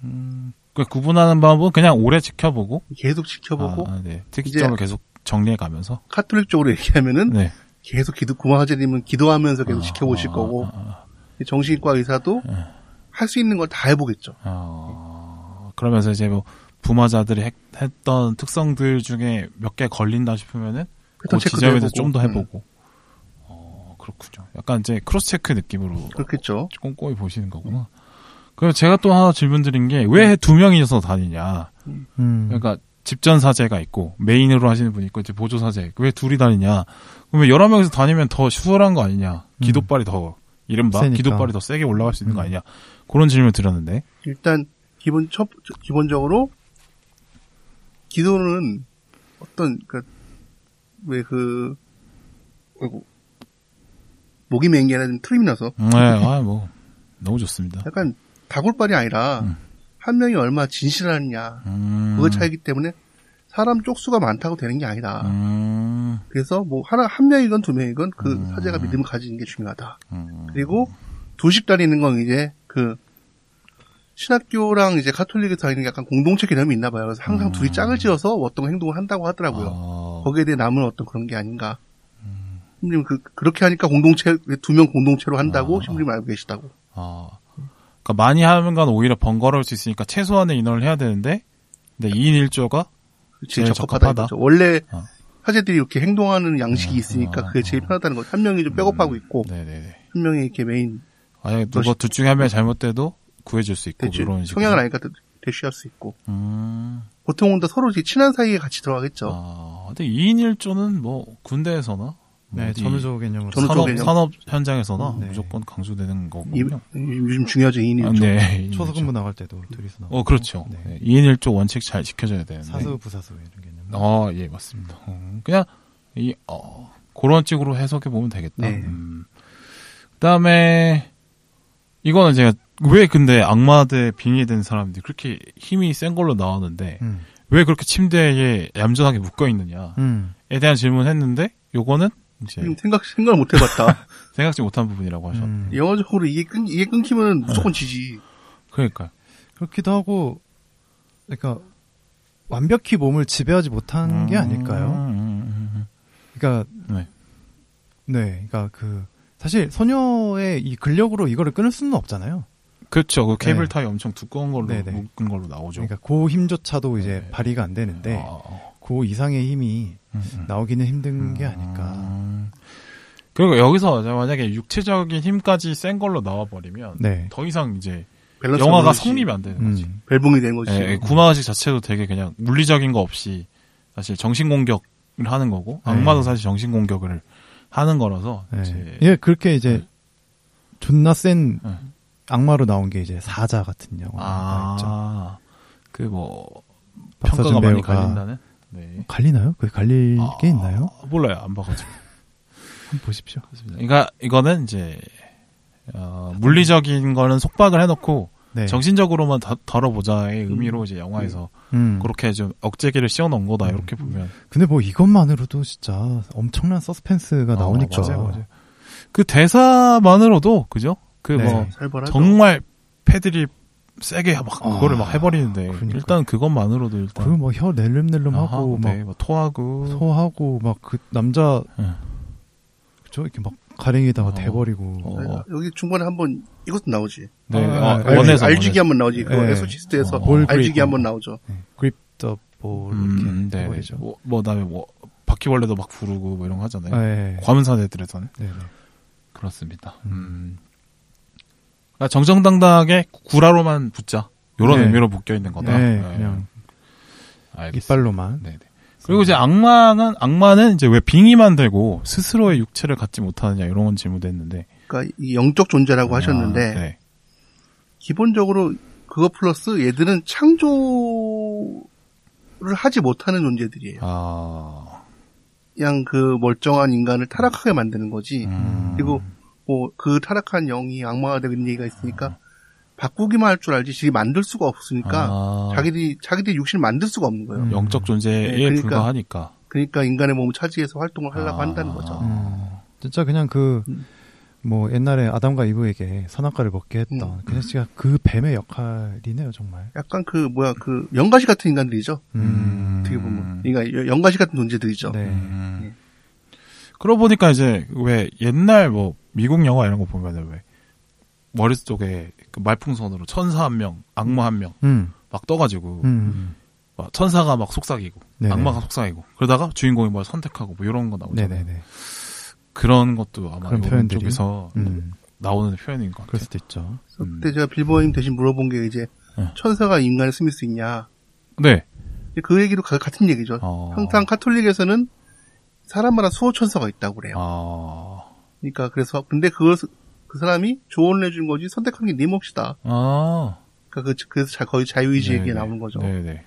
음, 그 구분하는 방법은 그냥 오래 지켜보고 계속 지켜보고 아, 아, 네. 특이점을 계속 정리해 가면서. 카톨릭 쪽으로 얘기하면은 네. 계속 기도 구마하자님은 기도하면서 계속 지켜보실 아, 거고 아, 네. 정신과 의사도 할 수 있는 걸 다 해보겠죠. 아, 아. 그러면서 이제 뭐 부마자들이 했, 했던 특성들 중에 몇 개 걸린다 싶으면은 그 패턴 체크도 지점에 대해서 해보고. 음. 좀 더 해보고. 어, 그렇군요. 약간 이제 크로스 체크 느낌으로 그렇겠죠. 꼼꼼히 보시는 거구나. 그럼 제가 또 하나 질문 드린 게 왜 두 명이서 다니냐. 음. 그러니까 집전 사제가 있고 메인으로 하시는 분이 있고 이제 보조 사제 왜 둘이 다니냐 그러면 여러 명이서 다니면 더 수월한 거 아니냐 음. 기도발이 더 이른바 세니까. 기도발이 더 세게 올라갈 수 있는 거 아니냐 그런 질문 을 드렸는데 일단 기본 첫 기본적으로 기도는 어떤 그러니까 그왜그 아이고 목이 맹게 아니라 좀 트림이 나서 네아뭐 너무 좋습니다 약간 다골발이 아니라 음. 한 명이 얼마 나 진실하느냐 음, 그거 차이기 때문에 사람 쪽수가 많다고 되는 게 아니다. 음, 그래서 뭐 하나 한 명이건 두 명이건 그 음. 사제가 믿음을 가지는 게 중요하다. 음. 그리고 두식 다니는 건 이제 그 신학교랑 이제 카톨릭에 다니는 게 약간 공동체 개념이 있나 봐요. 그래서 항상 음. 둘이 짝을 지어서 어떤 행동을 한다고 하더라고요. 아, 음. 거기에 대해 남은 어떤 그런 게 아닌가. 심님 그 그렇게 하니까 공동체 두 명 공동체로 한다고 심님 알고 계시다고. 아, 그러니까 많이 하는 건 오히려 번거로울 수 있으니까 최소한의 인원을 해야 되는데, 근데 2인 1조가 제일 제일 네, 적합하다. 적합하다. 이거죠. 원래 어. 화제들이 이렇게 행동하는 양식이 있으니까 아, 그게 제일 편하다는 거죠. 한 명이 좀 음. 백업하고 있고 네네네. 한 명이 이렇게 메인 아예 누가 둘 중에 한 명이 잘못돼도 구해줄 수 있고 대체 그런 식으로. 성향을 아니까 대쉬할 수 있고 음, 보통은 다 서로 이제 친한 사이에 같이 들어가겠죠. 아, 근데 2인 1조는 뭐 군대에서나 뭐 네, 어디 전우조 개념으로. 전우조 산업 개념. 산업 현장에서나 네. 무조건 강조되는 이- 거군요. 요즘 중요하죠 이인이 아, 네. 초소근무 나갈 때도 둘이서 나오고. 어, 그렇죠. 네. 네. 2인 1조 원칙 잘 지켜줘야 되는데. 사수, 부사수 이런 개념. 아, 예, 맞습니다. 어, 그냥, 이, 어, 그런 식으로 해석해 보면 되겠다. 네. 음. 그 다음에, 이거는 제가, 왜 근데 악마대 빙의된 사람들이 그렇게 힘이 센 걸로 나왔는데, 음. 왜 그렇게 침대에 얌전하게 묶여 있느냐에 음. 대한 질문을 했는데, 요거는 이제 생각 생각을 못 해봤다. 생각지 못한 부분이라고 하셨 음. 영어적으로 이게 끊 이게 끊기면 네. 무조건 지지. 그러니까요. 그렇기도 하고, 그러니까 완벽히 몸을 지배하지 못한 게 아닐까요? 음, 음, 그러니까 네. 네. 그러니까 그 사실 소녀의 이 근력으로 이거를 끊을 수는 없잖아요. 음. 그렇죠. 그 케이블 네. 타이 엄청 두꺼운 걸로 네네. 묶은 걸로 나오죠. 그러니까 그 힘조차도 이제 그렇죠. 네. 발휘가 안 되는데 아, 아, 그 이상의 힘이 음, 음. 나오기는 힘든 게 아닐까. 음. 그리고 여기서 이제 만약에 육체적인 힘까지 센 걸로 나와버리면 네. 더 이상 이제 밸런스가 영화가 무너지지. 성립이 안 되는 거지. 음. 벨붕이 된 거지. 예, 예, 구마의식 자체도 되게 그냥 물리적인 거 없이 사실 정신 공격을 하는 거고 네. 악마도 사실 정신 공격을 하는 거라서 네. 이제 예, 그렇게 이제 네. 존나 센 네. 악마로 나온 게 이제 사자 같은 영화가 있죠. 아, 그 뭐 박서준 평가가 많이 배우가 갈린다는. 네. 갈리나요? 그게 갈릴 게 있나요? 아, 몰라요, 안 봐가지고. 한번 보십시오. 그러니까 이거는 이제 어, 물리적인 거는 속박을 해놓고 네. 정신적으로만 다- 다뤄보자의 의미로 이제 영화에서 음. 그렇게 좀 억제기를 씌워놓은 거다 이렇게 보면 근데 뭐 이것만으로도 진짜 엄청난 서스펜스가 아, 나오니까. 맞아요, 맞아요. 그 대사만으로도 그죠? 그 뭐 네. 살벌하죠. 정말 패들이 세게 막 아, 그거를 막 해버리는데 그러니까요. 일단 그것만으로도 일단 그리고 막 혀 낼름낼름하고 아하, 네, 막 토하고 막 소하고 막 그 남자 응. 그죠 이렇게 막 가랭이에다가 어. 대버리고 어, 아, 여기 중간에 한번 이것도 나오지. 네, 네. 아, 어, 알지, 원에서 알지기 한번 나오지. 그 네. 에소시스트에서 어, 볼 알지기 그리고. 한번 나오죠. 그립더 볼 이렇게 뭐. 음, 네, 네. 해버리죠. 뭐, 뭐 다음에 뭐 바퀴벌레도 막 부르고 뭐 이런 거 하잖아요. 네. 과문산 애들에서는 네. 네. 그렇습니다. 음. 그러니까 정정당당하게 구라로만 붙자. 요런 네. 의미로 묶여 있는 거다. 네, 네. 그냥 알겠습니다. 이빨로만. 음. 네네. 그리고 이제 악마는 악마는 이제 왜 빙의만 되고 스스로의 육체를 갖지 못하느냐 이런 건 질문도 했는데 그러니까 이 영적 존재라고 아, 하셨는데 네. 기본적으로 그거 플러스 얘들은 창조를 하지 못하는 존재들이에요. 아, 그냥 그 멀쩡한 인간을 타락하게 만드는 거지. 음. 그리고 뭐 그 타락한 영이 악마가 되는 얘기가 있으니까 바꾸기만 할 줄 알지 지금 만들 수가 없으니까 아, 자기들이 자기들이 육신을 만들 수가 없는 거예요. 음. 영적 존재에 네, 그러니까. 불과하니까 그러니까 인간의 몸을 차지해서 활동을 하려고 아. 한다는 거죠. 음. 진짜 그냥 그, 뭐, 옛날에 아담과 이브에게 선악과를 먹게 했던, 그냥 진짜 그 뱀의 역할이네요, 정말. 약간 그 뭐야 그 영가시 같은 인간들이죠. 음. 어떻게 보면 그러니까 여- 영가시 같은 존재들이죠. 네. 음. 네. 그러고 보니까 이제 왜 옛날 뭐 미국 영화 이런 거 보면은 왜 머릿속에 그 말풍선으로 천사 한 명, 악마 한 명 막 음. 떠가지고 음. 막 천사가 막 속삭이고 네네. 악마가 속삭이고 그러다가 주인공이 뭘 선택하고 뭐 이런 거 나오잖아요. 네네네. 그런 것도 아마 그런 이런 표현들이. 쪽에서 음. 나오는 표현인 것 그럴 같아요. 수도 있죠. 그래서 그때 제가 빌보님 대신 물어본 게 이제 네. 천사가 인간을 스밀 수 있냐. 네. 근데 그 얘기도 가- 같은 얘기죠. 어. 항상 카톨릭에서는 사람마다 수호 천사가 있다고 어. 그래요. 아. 그러니까 그래서 근데 그걸 스- 그 사람이 조언을 해준 거지 선택한 게 네 몫이다. 아. 그러니까 그, 그래서 자- 거의 자유의지 얘기가 나오는 거죠. 네, 네네.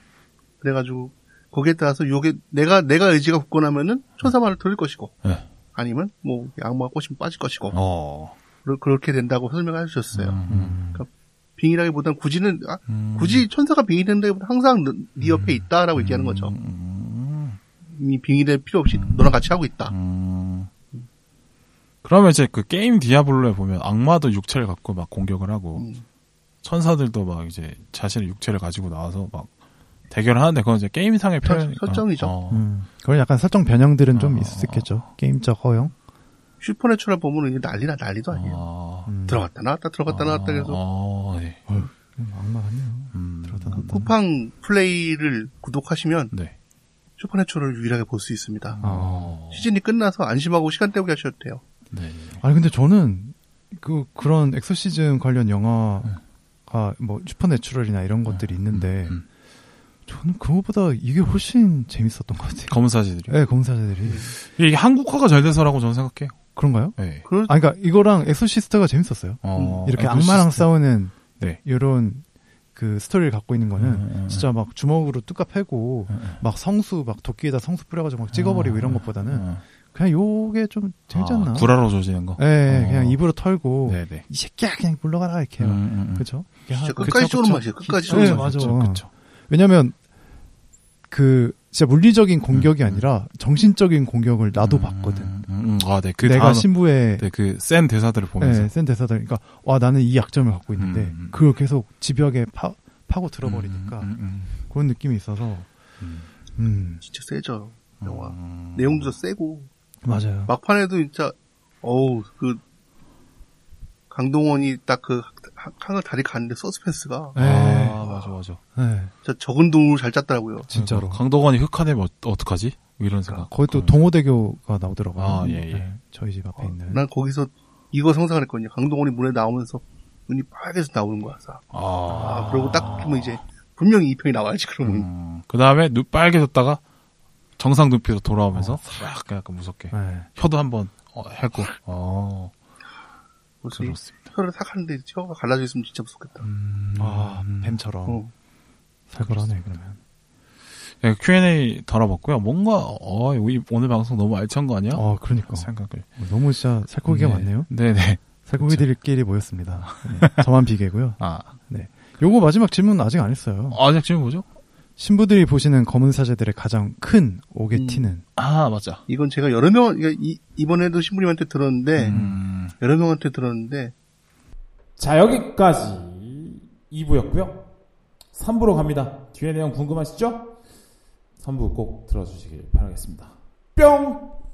그래가지고 거기에 따라서 요게 내가 내가 의지가 굳고 나면은 천사 말을 들을 것이고 네. 아니면 뭐 악마가 꼬시면 빠질 것이고 어. 그러- 그렇게 된다고 설명해 주셨어요. 음. 빙이라기보다는 굳이는 아, 음. 굳이 천사가 빙이 된다기보다 항상 너- 네 옆에 있다라고 얘기하는 거죠. 음. 이 빙이 될 필요 없이 너랑 같이 하고 있다. 음. 그러면 이제 그 게임 디아블로에 보면 악마도 육체를 갖고 막 공격을 하고 음. 천사들도 막 이제 자신의 육체를 가지고 나와서 막 대결하는데 그건 이제 게임상의 설- 표현 설정이죠. 어. 음. 그런 약간 설정 변형들은 좀 어. 있었겠죠. 게임적 허용. 슈퍼내추럴 보면은 이게 난리나 난리도 아니에요. 아, 음, 들어갔다 나왔다 들어갔다 나왔다 해서 아, 네. 음, 악마같네요. 음. 들어갔다 나왔다. 쿠팡 플레이를 구독하시면 네. 슈퍼내추럴을 유일하게 볼 수 있습니다. 아, 시즌이 끝나서 안심하고 시간 때우기 하셔도 돼요. 네. 아니 근데 저는 그 그런 엑소시즘 관련 영화가 뭐 슈퍼내추럴이나 이런 것들이 있는데 음. 저는 그거보다 이게 훨씬 재밌었던 것 같아요. 검은 사제들이. 네, 검사자들이 이게 한국화가 잘 돼서라고 저는 생각해요. 그런가요? 네. 그런 아, 그러니까 이거랑 엑소시스트가 재밌었어요. 어, 음, 이렇게 엑소시스트. 악마랑 싸우는 네. 이런 그 스토리를 갖고 있는 거는 음, 음, 진짜 막 주먹으로 뚜까 패고 막 성수 막 도끼에다 성수 뿌려가지고 막 찍어버리고 이런 것보다는 음. 그냥 요게 좀 재밌지 않나? 아, 구라로 조지는 거. 예, 예, 어. 그냥 입으로 털고 네네. 이 새끼야 그냥 물러가라 이렇게 음, 해요. 음, 음. 그렇죠? 진짜 끝까지 쪼는 맛이에요. 끝까지 네, 쪼는 맛. 맞아. 그렇죠. 왜냐면 그 진짜 물리적인 공격이 음, 음. 아니라 정신적인 공격을 나도 봤거든. 음, 음, 음. 아, 네. 그 내가 다음, 신부의 네, 그센 대사들을 보면서. 예, 센 대사들. 그러니까 와 나는 이 약점을 갖고 있는데 음, 음. 그걸 계속 집요하게 파, 파고 들어버리니까 음, 음, 그런 느낌이 있어서 음. 음 진짜 세죠. 영화. 음. 내용도 세고 맞아요. 막판에도 진짜 어우 그 강동원이 딱 그 항을 다리 갔는데 서스펜스가 예, 아, 맞아, 맞아. 예, 진짜 적은 돈을 잘 짰더라고요. 진짜로. 그러니까. 아이고, 그 강동원이 흑화되면 어- 어떡하지? 이런 생각. 거기 또 동호대교가 나오더라고요. 아, 예, 예. 저희 집 앞에 있는. 난 거기서 이거 상상을 했거든요. 강동원이 문에 나오면서 눈이 빨개서 나오는 거야. 싹. 아, 아, 그러고 딱 보면 이제 분명히 이 편이 나와야지 그러면 그 다음에 눈 빨개졌다가 정상 눈빛으로 돌아오면서 어. 싹 약간 무섭게 예. 혀도 한번 어, 했고. 어, 벌써 이 그렇죠, 그렇습니다. 혀를 탁 하는데 혀가 갈라져 있으면 진짜 무섭겠다. 음. 아, 뱀처럼 어. 살벌하네 그러면. 예, Q&A 다뤄봤고요. 뭔가 어, 우리 오늘 방송 너무 알찬 거 아니야? 어, 아, 그러니까 생각을. 너무 진짜 살코기가 네. 많네요. 네네. 살코기들끼리 모였습니다. 네, 저만 비계고요. 아, 요거 마지막 질문 아직 안 했어요. 아직 지금 뭐죠? 신부들이 보시는 검은 사제들의 가장 큰 옥에 튀는 아, 맞아. 이건 제가 여러 명 그러니까 이, 이번에도 신부님한테 들었는데 음, 여러 명한테 들었는데 자, 여기까지 2부였고요. 3부로 갑니다. 뒤에 내용 궁금하시죠? 3부 꼭 들어주시길 바라겠습니다. 뿅!